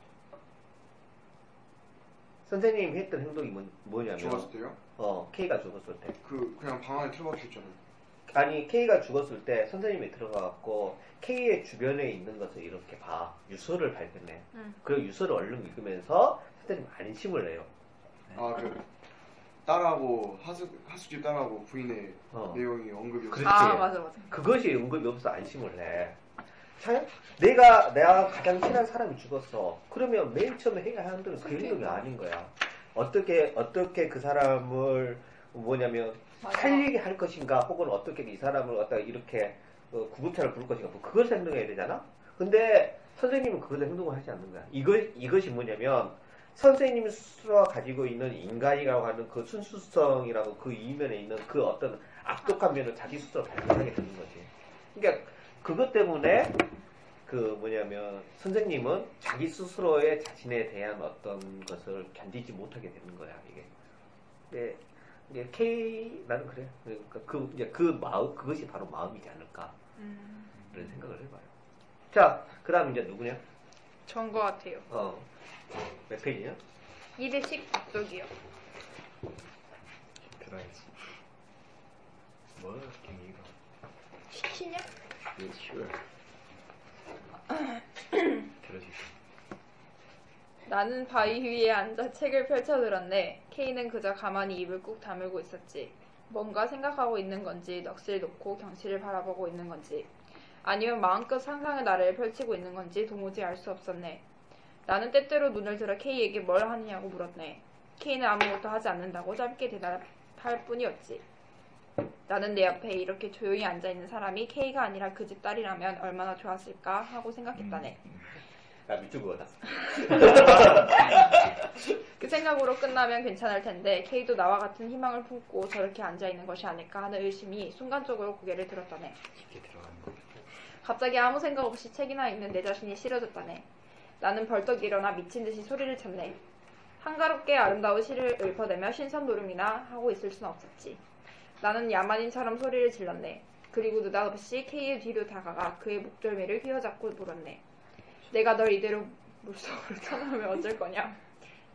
[SPEAKER 1] 선생님이 했던 행동이 뭐, 뭐냐면
[SPEAKER 4] 죽었을 때요?
[SPEAKER 1] 어 K가 죽었을 때
[SPEAKER 4] 그 그냥 방 안에 틀어박혔잖아요.
[SPEAKER 1] 아니 K가 죽었을 때 선생님이 들어가갖고 K의 주변에 있는 것을 이렇게 봐 유서를 발견해
[SPEAKER 5] 응.
[SPEAKER 1] 그리고 유서를 얼른 읽으면서 선생님 안심을 해요
[SPEAKER 4] 아 그 딸하고 하숙 하숙집 딸하고 부인의
[SPEAKER 1] 어.
[SPEAKER 4] 내용이 언급이
[SPEAKER 1] 그래.
[SPEAKER 5] 아
[SPEAKER 1] 그치.
[SPEAKER 5] 맞아 맞아.
[SPEAKER 1] 그것이 응급이 없어 안심을 해 자, 내가 내가 가장 친한 사람이 죽었어 그러면 맨 처음에 해야 하는 데는 그 행동이 아닌 거야 어떻게 어떻게 그 사람을 뭐냐면
[SPEAKER 5] 맞아.
[SPEAKER 1] 살리게 할 것인가 혹은 어떻게 이 사람을 갖다가 이렇게 어, 구급차를 부를 것인가 뭐 그걸 행동해야 되잖아 근데 선생님은 그것을 행동을 하지 않는 거야 이거, 이것이 뭐냐면 선생님이 스스로가 가지고 있는 인간이라고 하는 그 순수성이라고 그 이면에 있는 그 어떤 악독한 면을 자기 스스로 발견하게 되는 거지 그러니까 그것 때문에 그 뭐냐면 선생님은 자기 스스로의 자신에 대한 어떤 것을 견디지 못하게 되는 거야 이게 네, 이제 K 나는 그래. 그러니까 그 이제 그 마음 그것이 바로 마음이지 않을까
[SPEAKER 5] 음,
[SPEAKER 1] 이런 생각을 해봐요. 자, 그다음 이제 누구냐?
[SPEAKER 5] 좋은 것 같아요.
[SPEAKER 1] 어, 몇 페이지냐?
[SPEAKER 5] 2대식 밥독이요.
[SPEAKER 6] 들어야지. 뭐야, 김이가.
[SPEAKER 5] 시키냐?
[SPEAKER 1] 예,
[SPEAKER 6] 이거 쉬워요. 들어주세요.
[SPEAKER 5] 나는 바위 위에 앉아 책을 펼쳐들었네. 케이는 그저 가만히 입을 꾹 다물고 있었지. 뭔가 생각하고 있는 건지 넋을 놓고 경치를 바라보고 있는 건지 아니면 마음껏 상상의 나래를 펼치고 있는 건지 도무지 알 수 없었네. 나는 때때로 눈을 들어 케이에게 뭘 하느냐고 물었네. 케이는 아무것도 하지 않는다고 짧게 대답할 뿐이었지. 나는 내 옆에 이렇게 조용히 앉아 있는 사람이 케이가 아니라 그 집 딸이라면 얼마나 좋았을까 하고 생각했다네.
[SPEAKER 1] 야, 밑줄 아, 그거다.
[SPEAKER 5] 그 생각으로 끝나면 괜찮을 텐데 케이도 나와 같은 희망을 품고 저렇게 앉아 있는 것이 아닐까 하는 의심이 순간적으로 고개를 들었다네.
[SPEAKER 6] 깊게 들어가는 거.
[SPEAKER 5] 갑자기 아무 생각 없이 책이나 읽는 내 자신이 싫어졌다네. 나는 벌떡 일어나 미친 듯이 소리를 쳤네. 한가롭게 아름다운 시를 읊어내며 신선놀음이나 하고 있을 순 없었지. 나는 야만인처럼 소리를 질렀네. 그리고 느닷없이 K의 뒤로 다가가 그의 목덜미를 휘어잡고 물었네. 내가 널 이대로 물속으로 쳐넣으면 어쩔 거냐?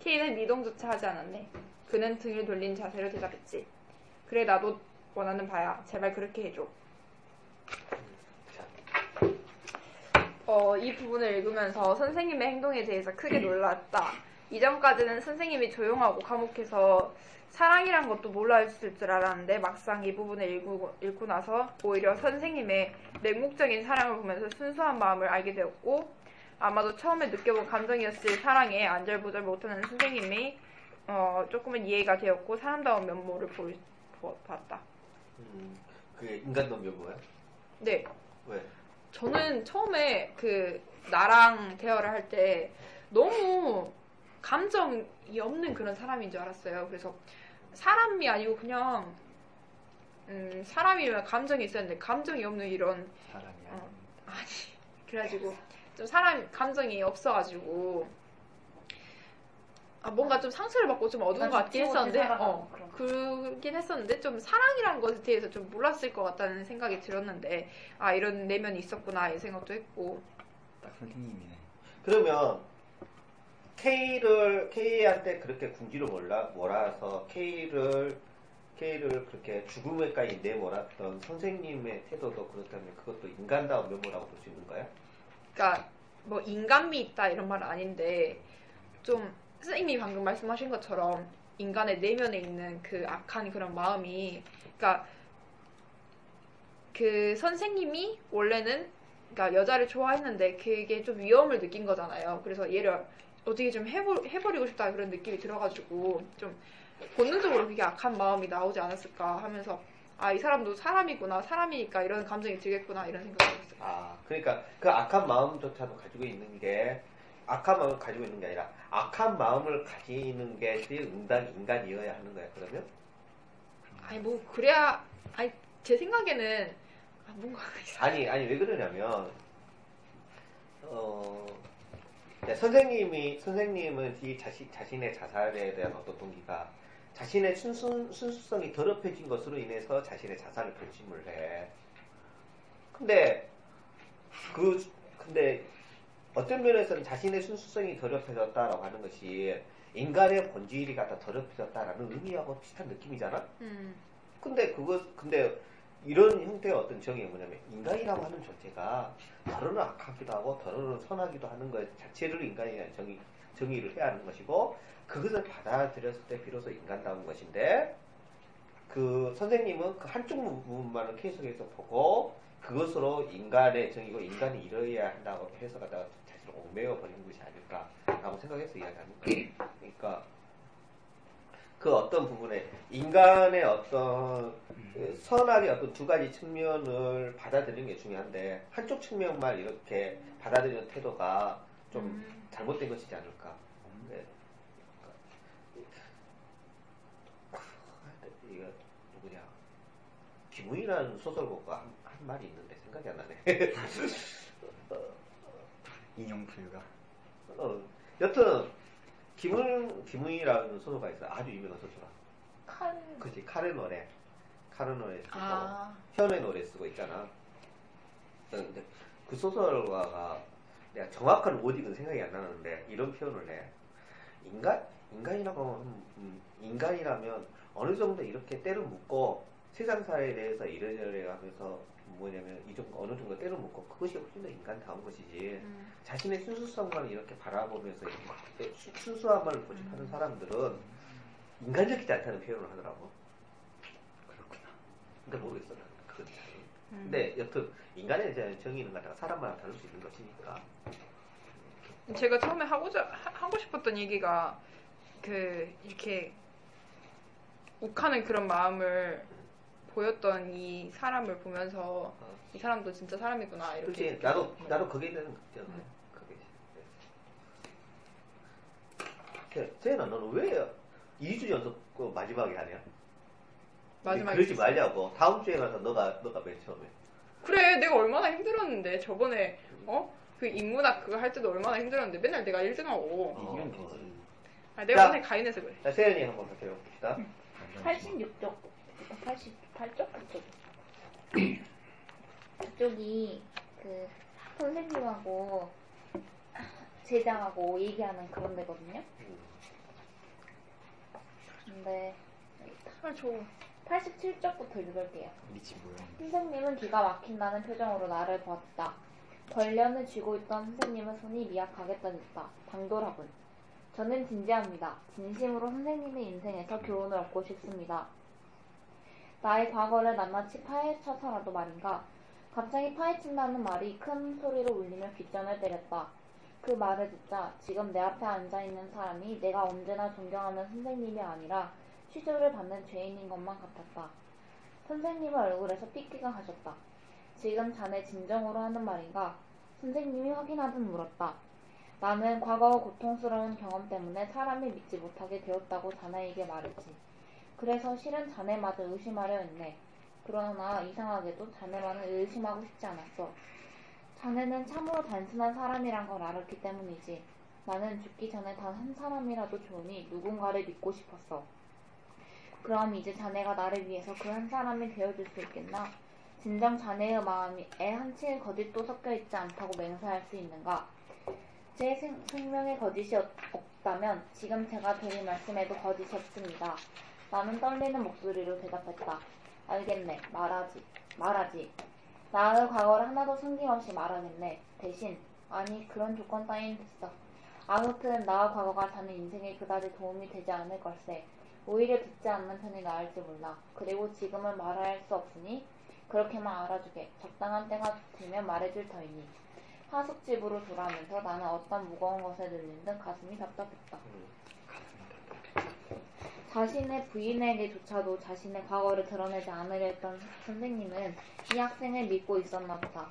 [SPEAKER 5] K는 미동조차 하지 않았네. 그는 등을 돌린 자세로 대답했지. 그래 나도 원하는 바야. 제발 그렇게 해줘. 어, 이 부분을 읽으면서 선생님의 행동에 대해서 크게 놀랐다. 이전까지는 선생님이 조용하고 과묵해서 사랑이란 것도 몰라 주실 줄 알았는데 막상 이 부분을 읽고, 읽고 나서 오히려 선생님의 맹목적인 사랑을 보면서 순수한 마음을 알게 되었고 아마도 처음에 느껴본 감정이었을 사랑에 안절부절 못하는 선생님이 어, 조금은 이해가 되었고 사람다운 면모를 보이, 보, 봤다.
[SPEAKER 1] 음, 그게 인간덤 여부야?
[SPEAKER 5] 네,
[SPEAKER 1] 왜?
[SPEAKER 5] 저는 처음에 그 나랑 대화를 할 때 너무 감정이 없는 그런 사람인 줄 알았어요. 그래서 사람이 아니고 그냥 음, 사람이면 감정이 있었는데 감정이 없는 이런
[SPEAKER 1] 사람이야.
[SPEAKER 5] 어. 아니 그래가지고 좀 사람 감정이 없어가지고 아 뭔가 좀 상처를 받고 좀 어두운 것 같긴 했었는데 어
[SPEAKER 2] 그런
[SPEAKER 5] 아, 그러긴 했었는데 좀 사랑이란 것에 대해서 좀 몰랐을 것 같다는 생각이 들었는데 아 이런 내면이 있었구나 이 생각도 했고
[SPEAKER 6] 딱 선생님이네.
[SPEAKER 1] 그러면 K를 K한테 그렇게 군기로 몰라 몰아서 K를 K를 그렇게 죽음에까지 내몰았던 선생님의 태도도 그렇다면 그것도 인간다운 면모라고 볼 수 있는 거야?
[SPEAKER 5] 그러니까 뭐 인간미 있다 이런 말은 아닌데 좀 선생님이 방금 말씀하신 것처럼 인간의 내면에 있는 그 악한 그런 마음이 그러니까 그 선생님이 원래는 그러니까 여자를 좋아했는데 그게 좀 위험을 느낀 거잖아요. 그래서 얘를 어떻게 좀 해버, 해버리고 싶다 그런 느낌이 들어가지고 좀 본능적으로 그게 악한 마음이 나오지 않았을까 하면서 아 이 사람도 사람이구나 사람이니까 이런 감정이 들겠구나 이런 생각이 들었어요.
[SPEAKER 1] 아, 그러니까 그 악한 마음조차도 가지고 있는 게 악한 마음을 가지고 있는 게 아니라 악한 마음을 가지는 게 제일 응당 인간이어야 하는 거야. 그러면
[SPEAKER 5] 아니 뭐 그래야 아니 제 생각에는 아, 뭔가 이상
[SPEAKER 1] 아니 아니 왜 그러냐면 어 네, 선생님이 선생님은 이 자신 자신의 자살에 대한 어떤 동기가 자신의 순수, 순수성이 더럽혀진 것으로 인해서 자신의 자살을 결심을 해. 근데 그 근데 어떤 면에서는 자신의 순수성이 더럽혀졌다라고 하는 것이 인간의 본질이 갖다 더럽혀졌다라는 의미하고 비슷한 느낌이잖아.
[SPEAKER 5] 음,
[SPEAKER 1] 근데 그것 근데 이런 형태의 어떤 정의가 뭐냐면 인간이라고 하는 존재가 더러는 악하기도 하고 더러는 선하기도 하는 것 자체를 인간이라는 정의 정의를 해야 하는 것이고 그것을 받아들였을 때 비로소 인간다운 것인데 그 선생님은 그 한쪽 부분만을 계속해서 보고 그것으로 인간의 정의고 인간이 이러야 한다고 해서 갖다가 자신을 옹매어 버린 것이 아닐까라고 생각해서 이야기하는 거예요. 그러니까 그 어떤 부분에 인간의 어떤 그 선악의 어떤 두 가지 측면을 받아들이는 게 중요한데 한쪽 측면만 이렇게 받아들이는 태도가 좀 잘못된 것이지 않을까. 네. 그러니까. 이거 누구냐? 김우희라는 소설가가 한, 한 말이 있는데 생각이 안 나네.
[SPEAKER 6] 인형 불가.
[SPEAKER 1] 어, 여튼 김우 김우희라는 소설가 있어. 아주 유명한 소설가.
[SPEAKER 2] 칼
[SPEAKER 1] 그지 카르 노래 카르 노래 쓰고
[SPEAKER 5] 아
[SPEAKER 1] 현의 노래 쓰고 있잖아 근데 그 소설가가 내가 정확한 워딩은 생각이 안 나는데 이런 표현을 해 인간 인간이라고 하면, 음, 인간이라면 어느 정도 이렇게 때를 묶고 세상사에 대해서 이래저래 하면서 뭐냐면 이 정도 어느 정도 때를 묶고 그것이 훨씬 더 인간다운 것이지
[SPEAKER 5] 음,
[SPEAKER 1] 자신의 순수성만 이렇게 바라보면서 이렇게 수- 순수함을
[SPEAKER 5] 음.
[SPEAKER 1] 고집하는 사람들은 인간적이지 않다는 표현을 하더라고. 그렇구나. 근데 모르겠어. 나는 그건 잘.
[SPEAKER 5] 음.
[SPEAKER 1] 근데 여튼 인간에 대한 정의는 갖다가 사람마다 다를 수 있는 것이니까.
[SPEAKER 5] 제가 처음에 하고자 하- 하고 싶었던 얘기가 그 이렇게 욱하는 그런 마음을 보였던 이 사람을 보면서
[SPEAKER 1] 어.
[SPEAKER 5] 이 사람도 진짜 사람이구나 이렇게 음.
[SPEAKER 1] 그렇지. 나도
[SPEAKER 5] 네.
[SPEAKER 1] 나도 거기에 대한 걱정을 해. 그게. 네. 세- 세연아 너는 왜 2주 연속 그 마지막에 하냐?
[SPEAKER 5] 마지막에
[SPEAKER 1] 그러지
[SPEAKER 5] 있었어요.
[SPEAKER 1] 말자고. 다음 주에 가서 너가 너가 맨 처음에.
[SPEAKER 5] 그래 내가 얼마나 힘들었는데 저번에 어? 그 인문학 그거 할 때도 얼마나 힘들었는데 맨날 내가 1등하고
[SPEAKER 6] 이기면
[SPEAKER 1] 어.
[SPEAKER 6] 되지.
[SPEAKER 5] 아, 내가
[SPEAKER 1] 야.
[SPEAKER 5] 맨날 가인해서 그래
[SPEAKER 1] 자 세연이 한번 같이 해봅시다.
[SPEAKER 2] 86쪽, 88쪽 그쪽. 그쪽이 그 선생님하고 제자하고 얘기하는 그런 데거든요. 근데
[SPEAKER 5] 아, 저
[SPEAKER 2] 87쪽부터 읽을게요.
[SPEAKER 6] 미치 뭐야.
[SPEAKER 2] 선생님은 기가 막힌다는 표정으로 나를 보았다. 벌련을 쥐고 있던 선생님은 손이 미약하게 떨렸다. 당돌하군. 저는 진지합니다. 진심으로 선생님의 인생에서 교훈을 얻고 싶습니다. 나의 과거를 낱낱이 파헤쳐서라도 말인가. 갑자기 파헤친다는 말이 큰 소리로 울리며 귓전을 때렸다. 그 말을 듣자 지금 내 앞에 앉아있는 사람이 내가 언제나 존경하는 선생님이 아니라 취조를 받는 죄인인 것만 같았다. 선생님의 얼굴에서 삐끼가 가셨다. 지금 자네 진정으로 하는 말인가? 선생님이 확인하듯 물었다. 나는 과거의 고통스러운 경험 때문에 사람을 믿지 못하게 되었다고 자네에게 말했지. 그래서 실은 자네마저 의심하려 했네. 그러나 이상하게도 자네만은 의심하고 싶지 않았어. 자네는 참으로 단순한 사람이란 걸 알았기 때문이지. 나는 죽기 전에 단 한 사람이라도 좋으니 누군가를 믿고 싶었어. 그럼 이제 자네가 나를 위해서 그 한 사람이 되어줄 수 있겠나? 진정 자네의 마음에 한치의 거짓도 섞여 있지 않다고 맹세할 수 있는가? 제 생, 생명에 거짓이 없, 없다면 지금 제가 드릴 말씀에도 거짓이 없습니다. 나는 떨리는 목소리로 대답했다. 알겠네. 말하지. 말하지. 나의 과거를 하나도 숨김없이 말하겠네. 대신 아니 그런 조건 따윈 됐어. 아무튼 나의 과거가 자네 인생에 그다지 도움이 되지 않을 걸세. 오히려 듣지 않는 편이 나을지 몰라. 그리고 지금은 말할 수 없으니 그렇게만 알아주게. 적당한 때가 되면 말해줄 터이니. 하숙집으로 돌아오면서 나는 어떤 무거운 것에 눌린 듯 가슴이 답답했다. 자신의 부인에게조차도 자신의 과거를 드러내지 않으려 했던 선생님은 이 학생을 믿고 있었나 보다.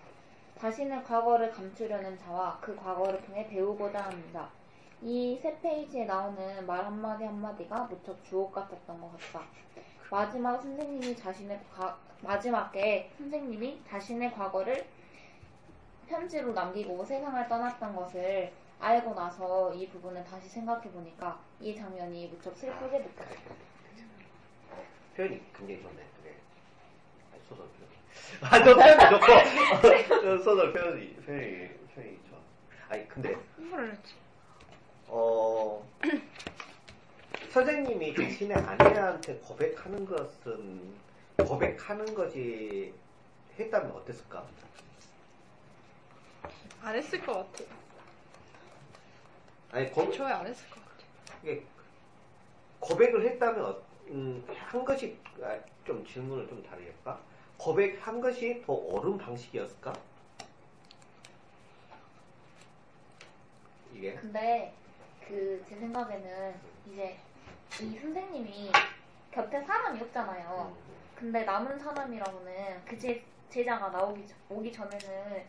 [SPEAKER 2] 자신의 과거를 감추려는 자와 그 과거를 통해 배우고자 합니다. 이 세 페이지에 나오는 말 한마디 한마디가 무척 주옥 같았던 것 같다. 마지막 선생님이 자신의 과, 마지막에 선생님이 자신의 과거를 편지로 남기고 세상을 떠났던 것을 알고 나서 이 부분을 다시 생각해 보니까 이 장면이 무척 슬프게 느껴.
[SPEAKER 1] 표현이 굉장히 좋네. 되게. 아니, 소설 표현. 아, 너 표현이 좋고. 저 소설 표현이, 표현이, 표현이 좋아. 아니, 근데,
[SPEAKER 5] 뭐라 했지?
[SPEAKER 1] 어, 선생님이 자신의 아내한테 고백하는 것은, 고백하는 것이 했다면 어땠을까?
[SPEAKER 5] 안 했을 것 같아.
[SPEAKER 1] 아니, 고,
[SPEAKER 5] 애초에 안 했을 것 같아.
[SPEAKER 1] 이게 고백을 했다면 어- 음, 한 것이 아, 좀 질문을 좀 다르게 할까? 고백한 것이 더 옳은 방식이었을까? 이게
[SPEAKER 2] 근데 그 제 생각에는 이제 이 선생님이 곁에 사람이
[SPEAKER 5] 어.
[SPEAKER 2] 없잖아요.
[SPEAKER 1] 음.
[SPEAKER 2] 근데 남은 사람이라고는 그 제, 제자가 나오기 전- 오기 전에는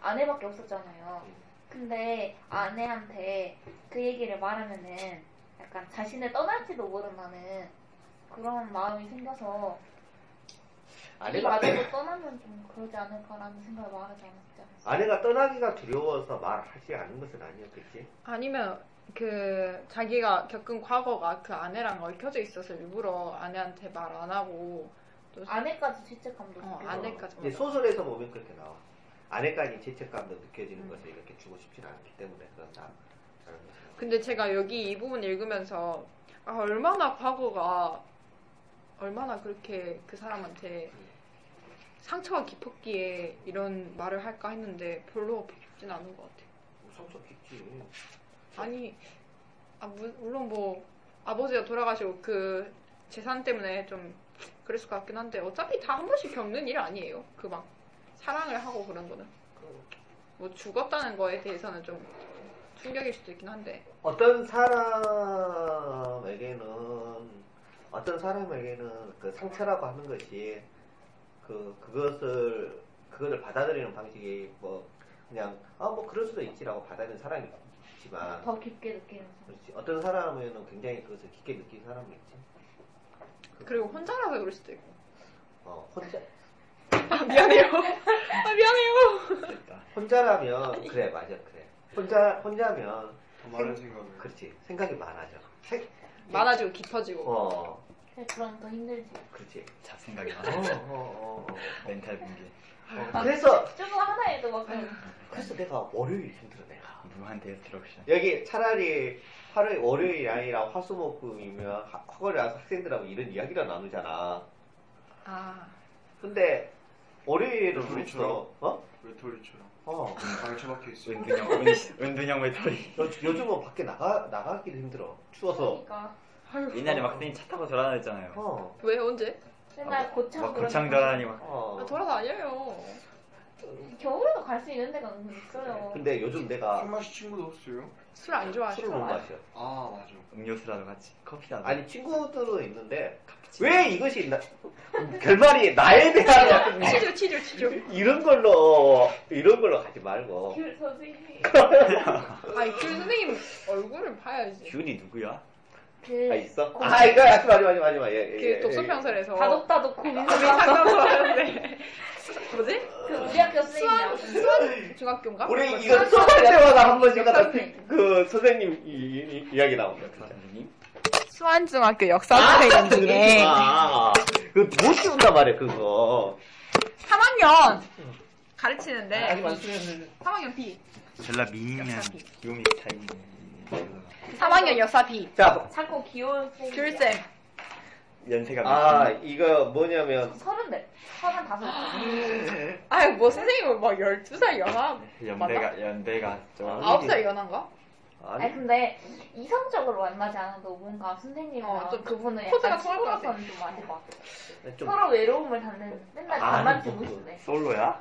[SPEAKER 2] 아내밖에 없었잖아요. 근데 아내한테 그 얘기를 말하면은 약간 자신을 떠날지도 모른다는 그런 마음이 생겨서 이
[SPEAKER 1] 아내가
[SPEAKER 2] 말대로 떠나면 좀 그러지 않을까라는 생각을 말하지 않았지 않았어요.
[SPEAKER 1] 아내가 떠나기가 두려워서 말하지 않은 것은 아니었겠지.
[SPEAKER 5] 아니면 그 자기가 겪은 과거가 그 아내랑 얽혀져 있어서 일부러 아내한테 말 안 하고 또
[SPEAKER 2] 아내까지 죄책감도
[SPEAKER 5] 어,
[SPEAKER 2] 느끼고.
[SPEAKER 5] 아내까지
[SPEAKER 1] 이제
[SPEAKER 5] 맞아.
[SPEAKER 1] 소설에서 보면 그렇게 나와. 아내까지 죄책감도 느껴지는
[SPEAKER 5] 음.
[SPEAKER 1] 것을 이렇게 주고 싶진 않기 때문에 그런다. 라는 거지.
[SPEAKER 5] 근데 제가 여기 이 부분 읽으면서 아, 얼마나 과거가 얼마나 그렇게 그 사람한테 상처가 깊었기에 이런 말을 할까 했는데 별로 깊진 않은 것 같아요.
[SPEAKER 1] 뭐 성적 깊지.
[SPEAKER 5] 아니, 아, 무- 물론 뭐 아버지가 돌아가시고 그 재산 때문에 좀 그랬을 것 같긴 한데 어차피 다 한 번씩 겪는 일 아니에요. 그 막 사랑을 하고 그런 거는 뭐 죽었다는 거에 대해서는 좀 충격일 수도 있긴 한데
[SPEAKER 1] 어떤 사람에게는 어떤 사람에게는 그 상처라고 하는 것이 그 그것을 그것을 받아들이는 방식이 뭐 그냥 아 뭐 그럴 수도 있지라고 받아들이는 사람이 있지만
[SPEAKER 2] 더 깊게 느끼면서.
[SPEAKER 1] 그렇지 어떤 사람에는 굉장히 그것을 깊게 느낀 사람이 있지
[SPEAKER 5] 그리고 혼자라서 그럴 수도 있고
[SPEAKER 1] 어 혼자
[SPEAKER 5] 아, 미안해요. 아, 미안해요.
[SPEAKER 1] 혼자라면 그래 맞아 그래 혼자 혼자면
[SPEAKER 4] 더 많은 생각을.
[SPEAKER 1] 그렇지 생각이 많아져 생,
[SPEAKER 5] 많아지고 깊어지고.
[SPEAKER 1] 어
[SPEAKER 2] 네, 그럼 더 힘들지.
[SPEAKER 1] 그렇지
[SPEAKER 6] 잡생각이
[SPEAKER 1] 어,
[SPEAKER 6] 많아.
[SPEAKER 1] 어, 어, 어.
[SPEAKER 6] 멘탈 붕괴.
[SPEAKER 1] 어, 그래서
[SPEAKER 2] 저거 하나에도 막
[SPEAKER 1] 아, 그래서 내가 월요일 힘들어 내가
[SPEAKER 6] 무한 데스트럭션.
[SPEAKER 1] 여기 차라리 화요일 월요일이 아니라 화수목금이면 하- 학원에 와서 학생들하고 이런 이야기를 나누잖아
[SPEAKER 5] 아,
[SPEAKER 1] 근데 월요일은 왜
[SPEAKER 4] 그렇죠.
[SPEAKER 1] 있어? 어?
[SPEAKER 4] 외톨이처럼
[SPEAKER 1] 어.
[SPEAKER 4] 방에 처박혀 있어.
[SPEAKER 6] 은둔형, 은둔형 외톨이.
[SPEAKER 1] 요, 요즘은 밖에 나가, 나가기도 힘들어. 추워서.
[SPEAKER 5] 그러니까
[SPEAKER 6] 옛날에 막 쌤이 차 타고 돌아다녔잖아요.
[SPEAKER 1] 어.
[SPEAKER 5] 왜 언제?
[SPEAKER 2] 맨날
[SPEAKER 1] 아,
[SPEAKER 2] 고창 그러니까.
[SPEAKER 6] 막
[SPEAKER 2] 그런
[SPEAKER 6] 고창
[SPEAKER 2] 데
[SPEAKER 6] 돌아다니 막.
[SPEAKER 1] 어.
[SPEAKER 5] 아, 돌아다녀요.
[SPEAKER 2] 겨울에도 갈 수 있는 데가 있어요.
[SPEAKER 1] 네, 근데 요즘
[SPEAKER 4] 술
[SPEAKER 1] 내가
[SPEAKER 4] 마실 친구도 없어요?
[SPEAKER 5] 술 안 좋아하시죠?
[SPEAKER 1] 술을 못 마셔.
[SPEAKER 4] 아 맞아.
[SPEAKER 6] 음료수라도 같이 커피라도.
[SPEAKER 1] 아니, 친구들은 있는데, 왜 이것이 나, 결말이 나에 대한
[SPEAKER 5] 치졸 치졸 치졸.
[SPEAKER 1] 이런 걸로, 이런 걸로 가지 말고.
[SPEAKER 2] 귤그 선생님.
[SPEAKER 5] 아니 그 선생님 얼굴을 봐야지.
[SPEAKER 6] 균이 누구야?
[SPEAKER 2] 그
[SPEAKER 1] 아, 있어? 아, 이거 하지 마, 하지 마, 하지 마, 하지 마. 예, 예, 예,
[SPEAKER 5] 그 독서 평설에서
[SPEAKER 2] 다독다독
[SPEAKER 1] 아.
[SPEAKER 2] 고민
[SPEAKER 5] 우리 상담소 하는데 뭐지?
[SPEAKER 2] 그 우리 학교 그
[SPEAKER 5] 수원
[SPEAKER 2] 선생님.
[SPEAKER 5] 수원 중학교인가?
[SPEAKER 1] 우리 이거
[SPEAKER 5] 수원
[SPEAKER 1] 수업할 때마다
[SPEAKER 5] 아,
[SPEAKER 1] 한 번씩 하다
[SPEAKER 2] 역사선생님.
[SPEAKER 1] 그 선생님 이, 이, 이, 야기 나옵니다. 진짜.
[SPEAKER 6] 그 선생님?
[SPEAKER 5] 수원 중학교 역사 선생님 중에
[SPEAKER 1] 아, 그거 못 씌운단 말이야, 그거.
[SPEAKER 5] 3학년
[SPEAKER 1] 아, 아니,
[SPEAKER 5] 가르치는데
[SPEAKER 1] 맞습니다.
[SPEAKER 5] 3학년 B
[SPEAKER 6] 전라 미인이면
[SPEAKER 5] 역사 B
[SPEAKER 6] 요미 차이.
[SPEAKER 5] 3학년 역사 B
[SPEAKER 1] 자,
[SPEAKER 2] 자꾸 귀여운
[SPEAKER 5] 귤쌤
[SPEAKER 2] 선생님.
[SPEAKER 6] 연세가
[SPEAKER 1] 아,
[SPEAKER 6] 몇
[SPEAKER 1] 이거 뭐냐면,
[SPEAKER 2] 서른 넷. 서른 다섯.
[SPEAKER 5] 아유 뭐 선생님은 막 12살 연하
[SPEAKER 6] 살? 연배가 연배가 좀.
[SPEAKER 1] 아,
[SPEAKER 5] 9살 연하인가?
[SPEAKER 2] 아니
[SPEAKER 1] 아니,
[SPEAKER 2] 근데 이성적으로 만나지 않아도 뭔가 선생님이랑
[SPEAKER 5] 어, 좀
[SPEAKER 2] 그분은
[SPEAKER 5] 코드가
[SPEAKER 2] 약간
[SPEAKER 5] 통할 것 같아.
[SPEAKER 2] 친구로서는 좀 아닌 것 같아.
[SPEAKER 1] 좀,
[SPEAKER 2] 서로 외로움을 닫는 맨날
[SPEAKER 6] 아,
[SPEAKER 2] 잠만
[SPEAKER 6] 또
[SPEAKER 2] 주고
[SPEAKER 6] 그
[SPEAKER 2] 있네.
[SPEAKER 6] 솔로야?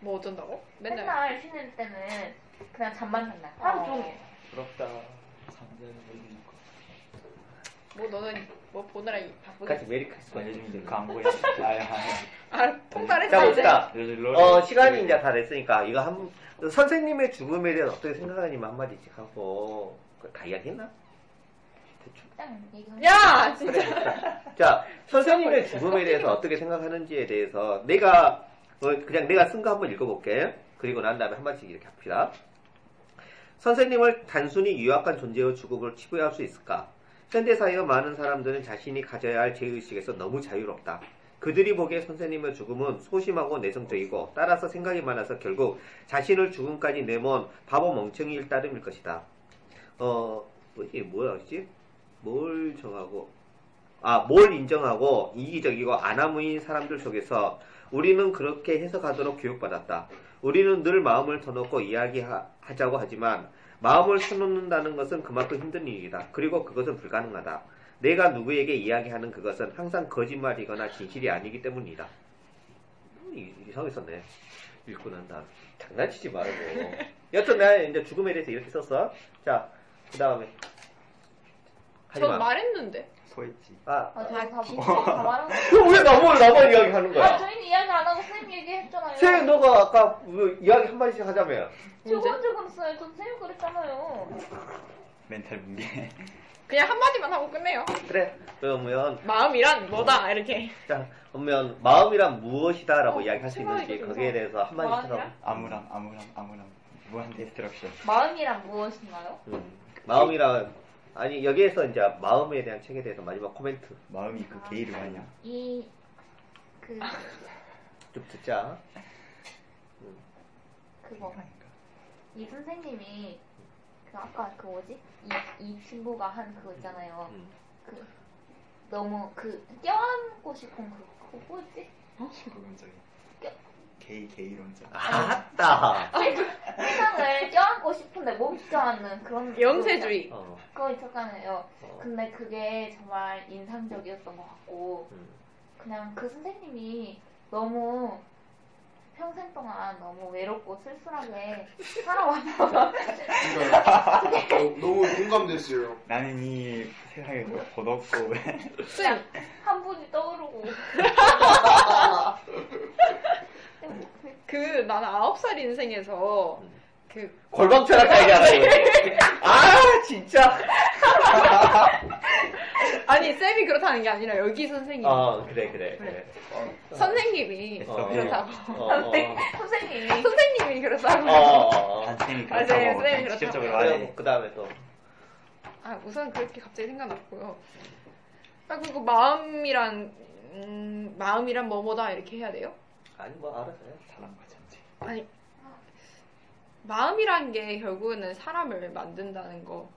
[SPEAKER 5] 뭐 어쩐다고? 맨날
[SPEAKER 2] 맨날 쉬는 때는 그냥 잠만 잔다. 하루
[SPEAKER 5] 어.
[SPEAKER 2] 종일.
[SPEAKER 1] 부럽다.
[SPEAKER 5] 뭐 너는 뭐 보느라 이- 바쁘게
[SPEAKER 1] 같이 메리 크리스마스.
[SPEAKER 6] 요즘 이제 광고에 아야. 그
[SPEAKER 5] 아
[SPEAKER 1] 자,
[SPEAKER 5] 통달했어 이제
[SPEAKER 1] 봅시다.
[SPEAKER 6] 요즘
[SPEAKER 1] 어, 시간이 이제 다 됐으니까, 이거 한, 선생님의 죽음에 대해서 어떻게 생각하냐면 한마디씩 하고, 그거 다 이야기했나?
[SPEAKER 2] 짱 얘기하고.
[SPEAKER 5] 야 진짜
[SPEAKER 1] 자, 선생님의 죽음에 대해서 어떻게 생각하는지에 대해서 내가 어, 그냥 내가 쓴 거 한번 읽어볼게. 그리고 난 다음에 한 마디씩 이렇게 합시다. 선생님을 단순히 유약한 존재의 죽음으로 치부할 수 있을까? 현대사회의 많은 사람들은 자신이 가져야 할 죄의식에서 너무 자유롭다. 그들이 보기에 선생님의 죽음은 소심하고 내성적이고 따라서 생각이 많아서 결국 자신을 죽음까지 내몬 바보 멍청이일 따름일 것이다. 어, 뭐지, 뭐였지? 뭘 정하고, 아, 뭘 인정하고 이기적이고 아나무인 사람들 속에서 우리는 그렇게 해석하도록 교육받았다. 우리는 늘 마음을 터놓고 이야기하자고 하지만 마음을 터놓는다는 것은 그만큼 힘든 일이다. 그리고 그것은 불가능하다. 내가 누구에게 이야기하는 그것은 항상 거짓말이거나 진실이 아니기 때문이다. 음, 이- 이상했었네. 읽고 난 다음. 장난치지 말고. 여튼 내가 이제 죽음에 대해서 이렇게 썼어. 자, 그 다음에. 하지
[SPEAKER 5] 전
[SPEAKER 1] 마.
[SPEAKER 5] 말했는데
[SPEAKER 6] 소했지.
[SPEAKER 1] 아,
[SPEAKER 2] 아, 저희 다 비슷하게 다 말한 거.
[SPEAKER 1] 그럼 왜 나만 나만 이야기 하는
[SPEAKER 2] 아,
[SPEAKER 1] 거야?
[SPEAKER 2] 저희는 이야기 안 하고 쌤 얘기했잖아요.
[SPEAKER 1] 새 너가 아까 그 이야기 한 마디씩 하자며.
[SPEAKER 2] 조금조금 써요. 전 쌤이 그랬잖아요.
[SPEAKER 6] 멘탈 붕괴.
[SPEAKER 5] 그냥 한마디만 하고 끝내요
[SPEAKER 1] 그래. 그러면
[SPEAKER 5] 마음이란 뭐다 이렇게
[SPEAKER 1] 자 그러면 마음이란 무엇이다라고
[SPEAKER 5] 어,
[SPEAKER 1] 이야기할 수
[SPEAKER 5] 생각이
[SPEAKER 1] 있는지
[SPEAKER 5] 좀
[SPEAKER 1] 거기에
[SPEAKER 5] 이상해.
[SPEAKER 1] 대해서 한 마디씩 하고.
[SPEAKER 5] 마음이란?
[SPEAKER 6] 아무람 아무람 아무람 무한 디스트럭션.
[SPEAKER 2] 마음이란 무엇인가요?
[SPEAKER 1] 음. 마음이란 아니 여기에서 이제 마음에 대한 책에 대해서 마지막 코멘트
[SPEAKER 6] 마음이 그 게이로 가냐?
[SPEAKER 2] 이, 그,
[SPEAKER 1] 좀 듣자.
[SPEAKER 2] 그거. 이 선생님이, 그, 아까 그 뭐지? 이, 이 친구가 한 그거 있잖아요.
[SPEAKER 1] 음.
[SPEAKER 2] 그, 너무, 그, 껴안고 싶은 그, 그거 뭐였지?
[SPEAKER 6] 그건적이 게이 게이론적.
[SPEAKER 4] 아,
[SPEAKER 1] 아따.
[SPEAKER 2] 세상을 껴안고 싶은데 못 껴안는 그런.
[SPEAKER 5] 염세주의
[SPEAKER 1] 어.
[SPEAKER 2] 그거 있었잖아요.
[SPEAKER 1] 어.
[SPEAKER 2] 근데 그게 정말 인상적이었던 것 같고.
[SPEAKER 1] 음.
[SPEAKER 2] 그냥 그 선생님이 너무 평생 동안 너무 외롭고 쓸쓸하게 살아왔어.
[SPEAKER 4] 그러니까 너- 너무 공감됐어요.
[SPEAKER 6] 나는 이 세상에 뭐 덧없고
[SPEAKER 5] 쌤
[SPEAKER 2] 한 분이 떠오르고.
[SPEAKER 5] 그 나는 아홉 살 인생에서 그
[SPEAKER 1] 골방철학 얘기하는
[SPEAKER 5] 네.
[SPEAKER 1] 거예요. 아 진짜.
[SPEAKER 5] 아니 쌤이 그렇다는 게 아니라 여기 선생님
[SPEAKER 1] 어 그래 그래 그래.
[SPEAKER 5] 선생님이
[SPEAKER 1] 어.
[SPEAKER 5] 네. 그렇다고
[SPEAKER 1] 어, 어.
[SPEAKER 5] 네.
[SPEAKER 2] 선생님.
[SPEAKER 5] 선생님이 그렇다고
[SPEAKER 1] 어, 어, 어.
[SPEAKER 6] 단쌤이
[SPEAKER 5] 맞아요, 그렇죠.
[SPEAKER 6] 그렇다고
[SPEAKER 5] 쌤이
[SPEAKER 6] 직접적으로
[SPEAKER 5] 그렇다고.
[SPEAKER 6] 말해.
[SPEAKER 1] 그 다음에 또.
[SPEAKER 5] 아 우선 그렇게 갑자기 생각났고요 아 그리고 마음이란 음, 마음이란 뭐뭐다 이렇게 해야 돼요?
[SPEAKER 1] 아니 뭐 알아서 해.
[SPEAKER 6] 사랑과 전쟁.
[SPEAKER 5] 아니 마음이란 게 결국에는 사람을 만든다는 거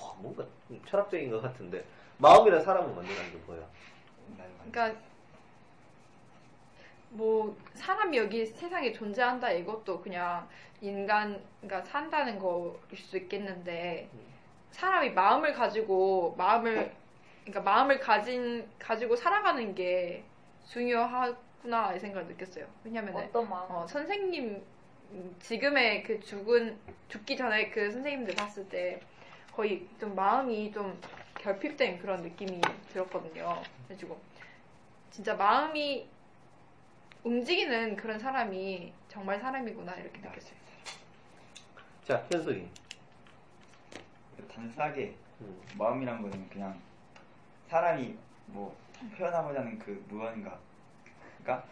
[SPEAKER 1] 와, 뭔가 좀 철학적인 것 같은데 마음이란 사람을 만드는 게 뭐야?
[SPEAKER 6] 날 만나.
[SPEAKER 5] 그러니까 뭐 사람이 여기 세상에 존재한다 이것도 그냥 인간가 그러니까 산다는 거일 수 있겠는데 사람이 마음을 가지고 마음을 그러니까 마음을 가진 가지고 살아가는 게 중요하구나 이 생각을 느꼈어요. 왜냐면은
[SPEAKER 2] 어떤 마음?
[SPEAKER 5] 어, 선생님 음, 지금의 그 죽은 죽기 전에 그 선생님들 봤을 때 거의 좀 마음이 좀 결핍된 그런 느낌이 들었거든요. 그래가지고 진짜 마음이 움직이는 그런 사람이 정말 사람이구나 이렇게 느꼈어요.
[SPEAKER 1] 자, 현숙이.
[SPEAKER 6] 단순하게
[SPEAKER 1] 음.
[SPEAKER 6] 마음이란 거는 그냥 사람이 뭐 표현하고자 하는 그 무언가 그러니까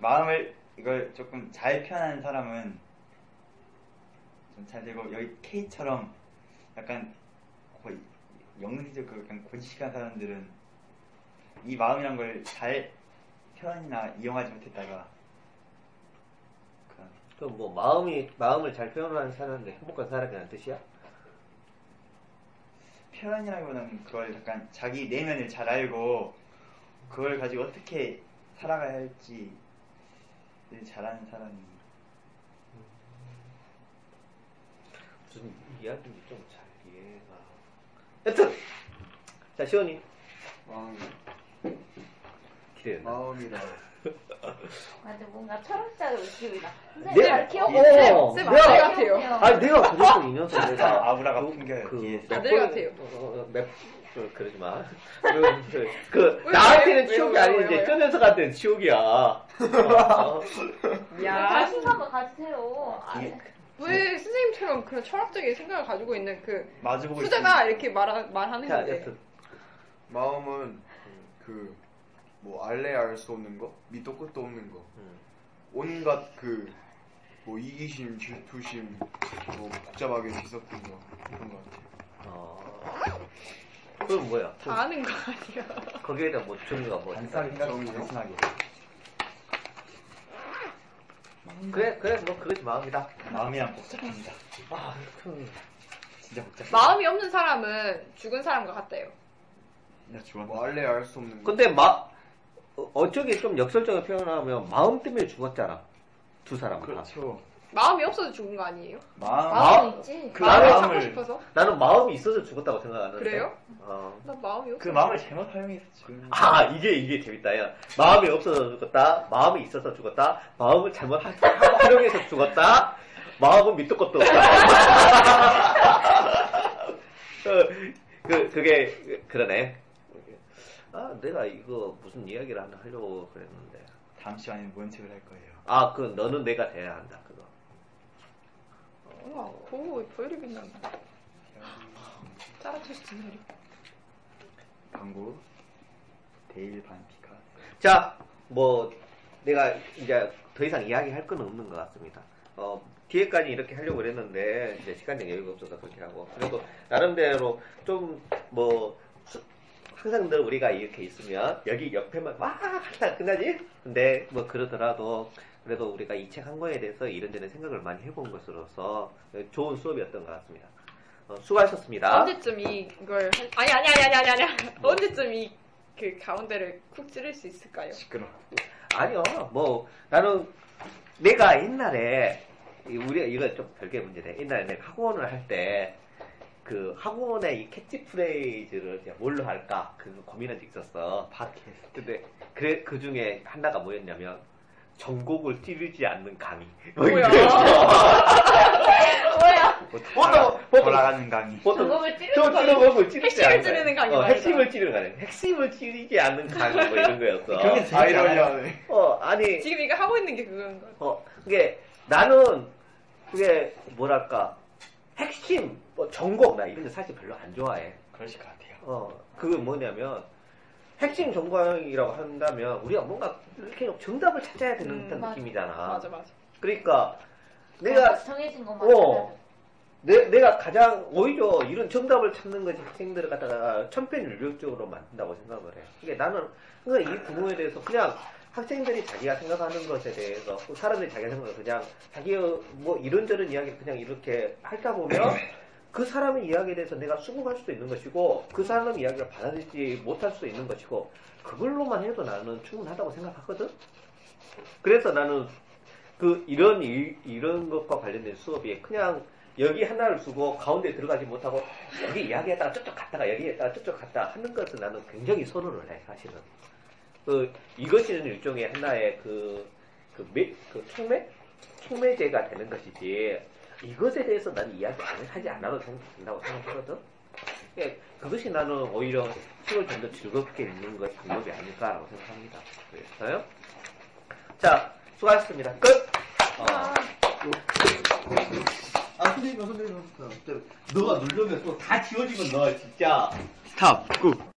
[SPEAKER 6] 마음을 이걸 조금 잘 표현하는 사람은 좀 잘 되고 여기 K처럼 약간 거의 영리적으로 약간 고지식한 사람들은 이 마음이란 걸 잘 표현이나 이용하지 못했다가 그런
[SPEAKER 1] 그럼 뭐 마음이 마음을 잘 표현하는 사람인데 행복한 사람이라는 뜻이야?
[SPEAKER 6] 표현이라기보다는 그걸 약간 자기 내면을 잘 알고 그걸 가지고 어떻게 살아가야 할지 를 잘하는 사람이
[SPEAKER 1] 무슨 이야기 좀 잘 이해가. 여튼 자 시원이
[SPEAKER 4] 마음이
[SPEAKER 1] 기대된다.
[SPEAKER 4] 마음이라
[SPEAKER 2] 맞아, 뭔가 철학자의 웃음이다.
[SPEAKER 1] 네.
[SPEAKER 2] 선생님 잘 키워.
[SPEAKER 1] 네.
[SPEAKER 2] 네.
[SPEAKER 1] 어,
[SPEAKER 5] 쌤
[SPEAKER 1] 뭐야?
[SPEAKER 5] 아들 같아요.
[SPEAKER 1] 아 내가 그래서 이 네. 그 녀석 내가
[SPEAKER 6] 아우라가 풍겨요 뒤에서.
[SPEAKER 1] 몇
[SPEAKER 5] 아들
[SPEAKER 1] 번-
[SPEAKER 5] 같아요.
[SPEAKER 1] 어, 어, 몇- 어, 그러지 마. 그, 그
[SPEAKER 5] 왜요?
[SPEAKER 1] 나한테는
[SPEAKER 5] 왜요?
[SPEAKER 1] 치욕이
[SPEAKER 5] 왜요?
[SPEAKER 1] 아닌데
[SPEAKER 5] 왜요? 아,
[SPEAKER 1] 그 녀석한테는 치욕이야. 어, 어.
[SPEAKER 5] 야,
[SPEAKER 2] 자신감을 가지세요. 아,
[SPEAKER 6] 이게
[SPEAKER 5] 왜 선생님처럼 그런 철학적인 생각을 가지고 있는 그
[SPEAKER 6] 마주보고
[SPEAKER 5] 후자가 이렇게 말하, 말하는
[SPEAKER 1] 자
[SPEAKER 5] 건데
[SPEAKER 1] 여튼
[SPEAKER 4] 마음은 그 뭐 알래 알 수 없는 거 밑도 끝도 없는 거
[SPEAKER 1] 음.
[SPEAKER 4] 온갖 그 뭐 이기심 질투심 뭐 복잡하게 뒤섞인 거 그런 거 같아요
[SPEAKER 1] 어. 그럼 뭐야?
[SPEAKER 5] 다 아는 거 아니야?
[SPEAKER 1] 거기에 대한 뭐 종류가 뭐 있어?
[SPEAKER 6] 단순하게 생각하고
[SPEAKER 4] 정의요?
[SPEAKER 6] 단순하게
[SPEAKER 1] 그래 그래 뭐 그것이 마음이다.
[SPEAKER 6] 마음이란 복잡합니다
[SPEAKER 1] 아 그럼
[SPEAKER 6] 진짜 복잡해
[SPEAKER 5] 마음이 없는 사람은 죽은 사람과 같대요.
[SPEAKER 6] 나 좋아
[SPEAKER 4] 뭐 알래 알 수 없는 거
[SPEAKER 1] 근데 마 어, 어쩌게 좀 역설적인 표현하면 마음 때문에 죽었잖아 두 사람 다.
[SPEAKER 6] 그렇죠
[SPEAKER 5] 마음이 없어서 죽은 거 아니에요?
[SPEAKER 6] 마음
[SPEAKER 2] 마음은
[SPEAKER 1] 마음-
[SPEAKER 2] 있지.
[SPEAKER 1] 그
[SPEAKER 5] 마음을
[SPEAKER 1] 마음을-
[SPEAKER 5] 찾고 싶어서?
[SPEAKER 1] 나는 마음이 있어서 죽었다고 생각하는데.
[SPEAKER 5] 그래요?
[SPEAKER 1] 어.
[SPEAKER 5] 나 마음이 없어.
[SPEAKER 6] 그 마음을 잘못 사용해서 지금
[SPEAKER 1] 아 이게 이게 재밌다 야 마음이 없어서 죽었다 마음이 있어서 죽었다 마음을 잘못 하- 활용해서 죽었다 마음은 밑도 것도 없다 어, 그 그게 그러네 아 내가 이거 무슨 이야기를 하나 하려고 그랬는데
[SPEAKER 6] 다음 시간에 뭔 책을 할 거예요
[SPEAKER 1] 아 그 너는 내가 돼야 한다 그거
[SPEAKER 5] 우와, 아, 고우, 보혈이 빛난다. 짜라토시 진설이.
[SPEAKER 6] 광고 데일 반피카
[SPEAKER 1] 자, 뭐 내가 이제 더 이상 이야기할 건 없는 것 같습니다. 어, 뒤에까지 이렇게 하려고 그랬는데 이제 시간적 여유가 없어서 그렇게 하고 그래도 나름대로 좀 뭐 항상 늘 우리가 이렇게 있으면 여기 옆에만 막 하다 끝나지? 근데 뭐 그러더라도 그래도 우리가 이 책 한 거에 대해서 이런저런 생각을 많이 해본 것으로서 좋은 수업이었던 것 같습니다. 어, 수고하셨습니다.
[SPEAKER 5] 언제쯤 이걸 할... 아니 아니 아니 아니 아니 아니. 언제쯤 이 그 가운데를 쿡 찌를 수 있을까요?
[SPEAKER 6] 시끄러
[SPEAKER 1] 아니요, 뭐 나는 내가 옛날에 이 우리 이거 좀 별개 문제네. 옛날에 내가 학원을 할 때 그 학원의 이 캐치프레이즈를 이제 뭘로 할까 그 고민한 적 있었어.
[SPEAKER 6] 팟캐스트
[SPEAKER 1] 근데 그래 그 중에 하나가 뭐였냐면 전곡을 찌르지 않는 강의.
[SPEAKER 5] 뭐야? 뭐야?
[SPEAKER 1] 보통 보통
[SPEAKER 6] 돌아가는 강의
[SPEAKER 1] 보통
[SPEAKER 2] 전곡을 그 찌르는
[SPEAKER 1] 또 찌르고
[SPEAKER 2] 거는
[SPEAKER 1] 찌르지
[SPEAKER 5] 핵심을
[SPEAKER 1] 않는 거야.
[SPEAKER 5] 찌르는 강의
[SPEAKER 1] 어,
[SPEAKER 5] 말이다.
[SPEAKER 1] 핵심을 찌르는 강의. 핵심을 찌르지 않는 강의 뭐 이런
[SPEAKER 6] 그게
[SPEAKER 1] 거였어.
[SPEAKER 6] 재밌지 않아요?
[SPEAKER 4] 아이러니하네
[SPEAKER 1] 어 아니
[SPEAKER 5] 지금 이거 하고 있는 게 그건 거.
[SPEAKER 1] 어, 그게 나는 그게 뭐랄까 핵심 뭐 전곡 나 이런 거 사실 별로 안 좋아해.
[SPEAKER 6] 그러실 것 같아요
[SPEAKER 1] 어, 그게 뭐냐면 핵심 전곡이라고 한다면 우리가 뭔가 이렇게 정답을 찾아야 되는
[SPEAKER 5] 음,
[SPEAKER 1] 듯한
[SPEAKER 2] 맞아.
[SPEAKER 1] 느낌이잖아.
[SPEAKER 5] 맞아 아, 맞아.
[SPEAKER 1] 그러니까
[SPEAKER 2] 내가
[SPEAKER 1] 내가
[SPEAKER 2] 정해진 것만.
[SPEAKER 1] 어. 내, 내가 가장 오히려 이런 정답을 찾는 것이 학생들을 갖다가 천편일률적으로 만든다고 생각을 해요. 이게 나는 그러니까 이 부분에 대해서 그냥 학생들이 자기가 생각하는 것에 대해서 또 사람들이 자기가 생각을 그냥 자기의 뭐 이런저런 이야기를 그냥 이렇게 할까 보면 그 사람의 이야기에 대해서 내가 수긍할 수도 있는 것이고 그 사람 이야기를 받아들이지 못할 수도 있는 것이고 그걸로만 해도 나는 충분하다고 생각하거든. 그래서 나는 그 이런 일- 이런 것과 관련된 수업이 그냥 여기 하나를 쓰고 가운데 들어가지 못하고 여기 이야기했다가 저쪽 갔다가 여기했다가 저쪽 갔다 하는 것은 나는 굉장히 선호를 해 사실은. 그 이것이는 일종의 하나의 그, 그그그 촉매 촉매제가 되는 것이지 이것에 대해서 나는 이야기 안 하지 않아도 된다고 생각하거든. 예, 그것이 나는 오히려 책을 좀 더 즐겁게 읽는 것의 방법이 아닐까라고 생각합니다. 그래서요. 자, 수고하셨습니다. 끝! 어,
[SPEAKER 4] 아 선생님 선생님 선생님 너가 누르면 또 다 지워지면 너 진짜
[SPEAKER 1] 스탑, 꾹!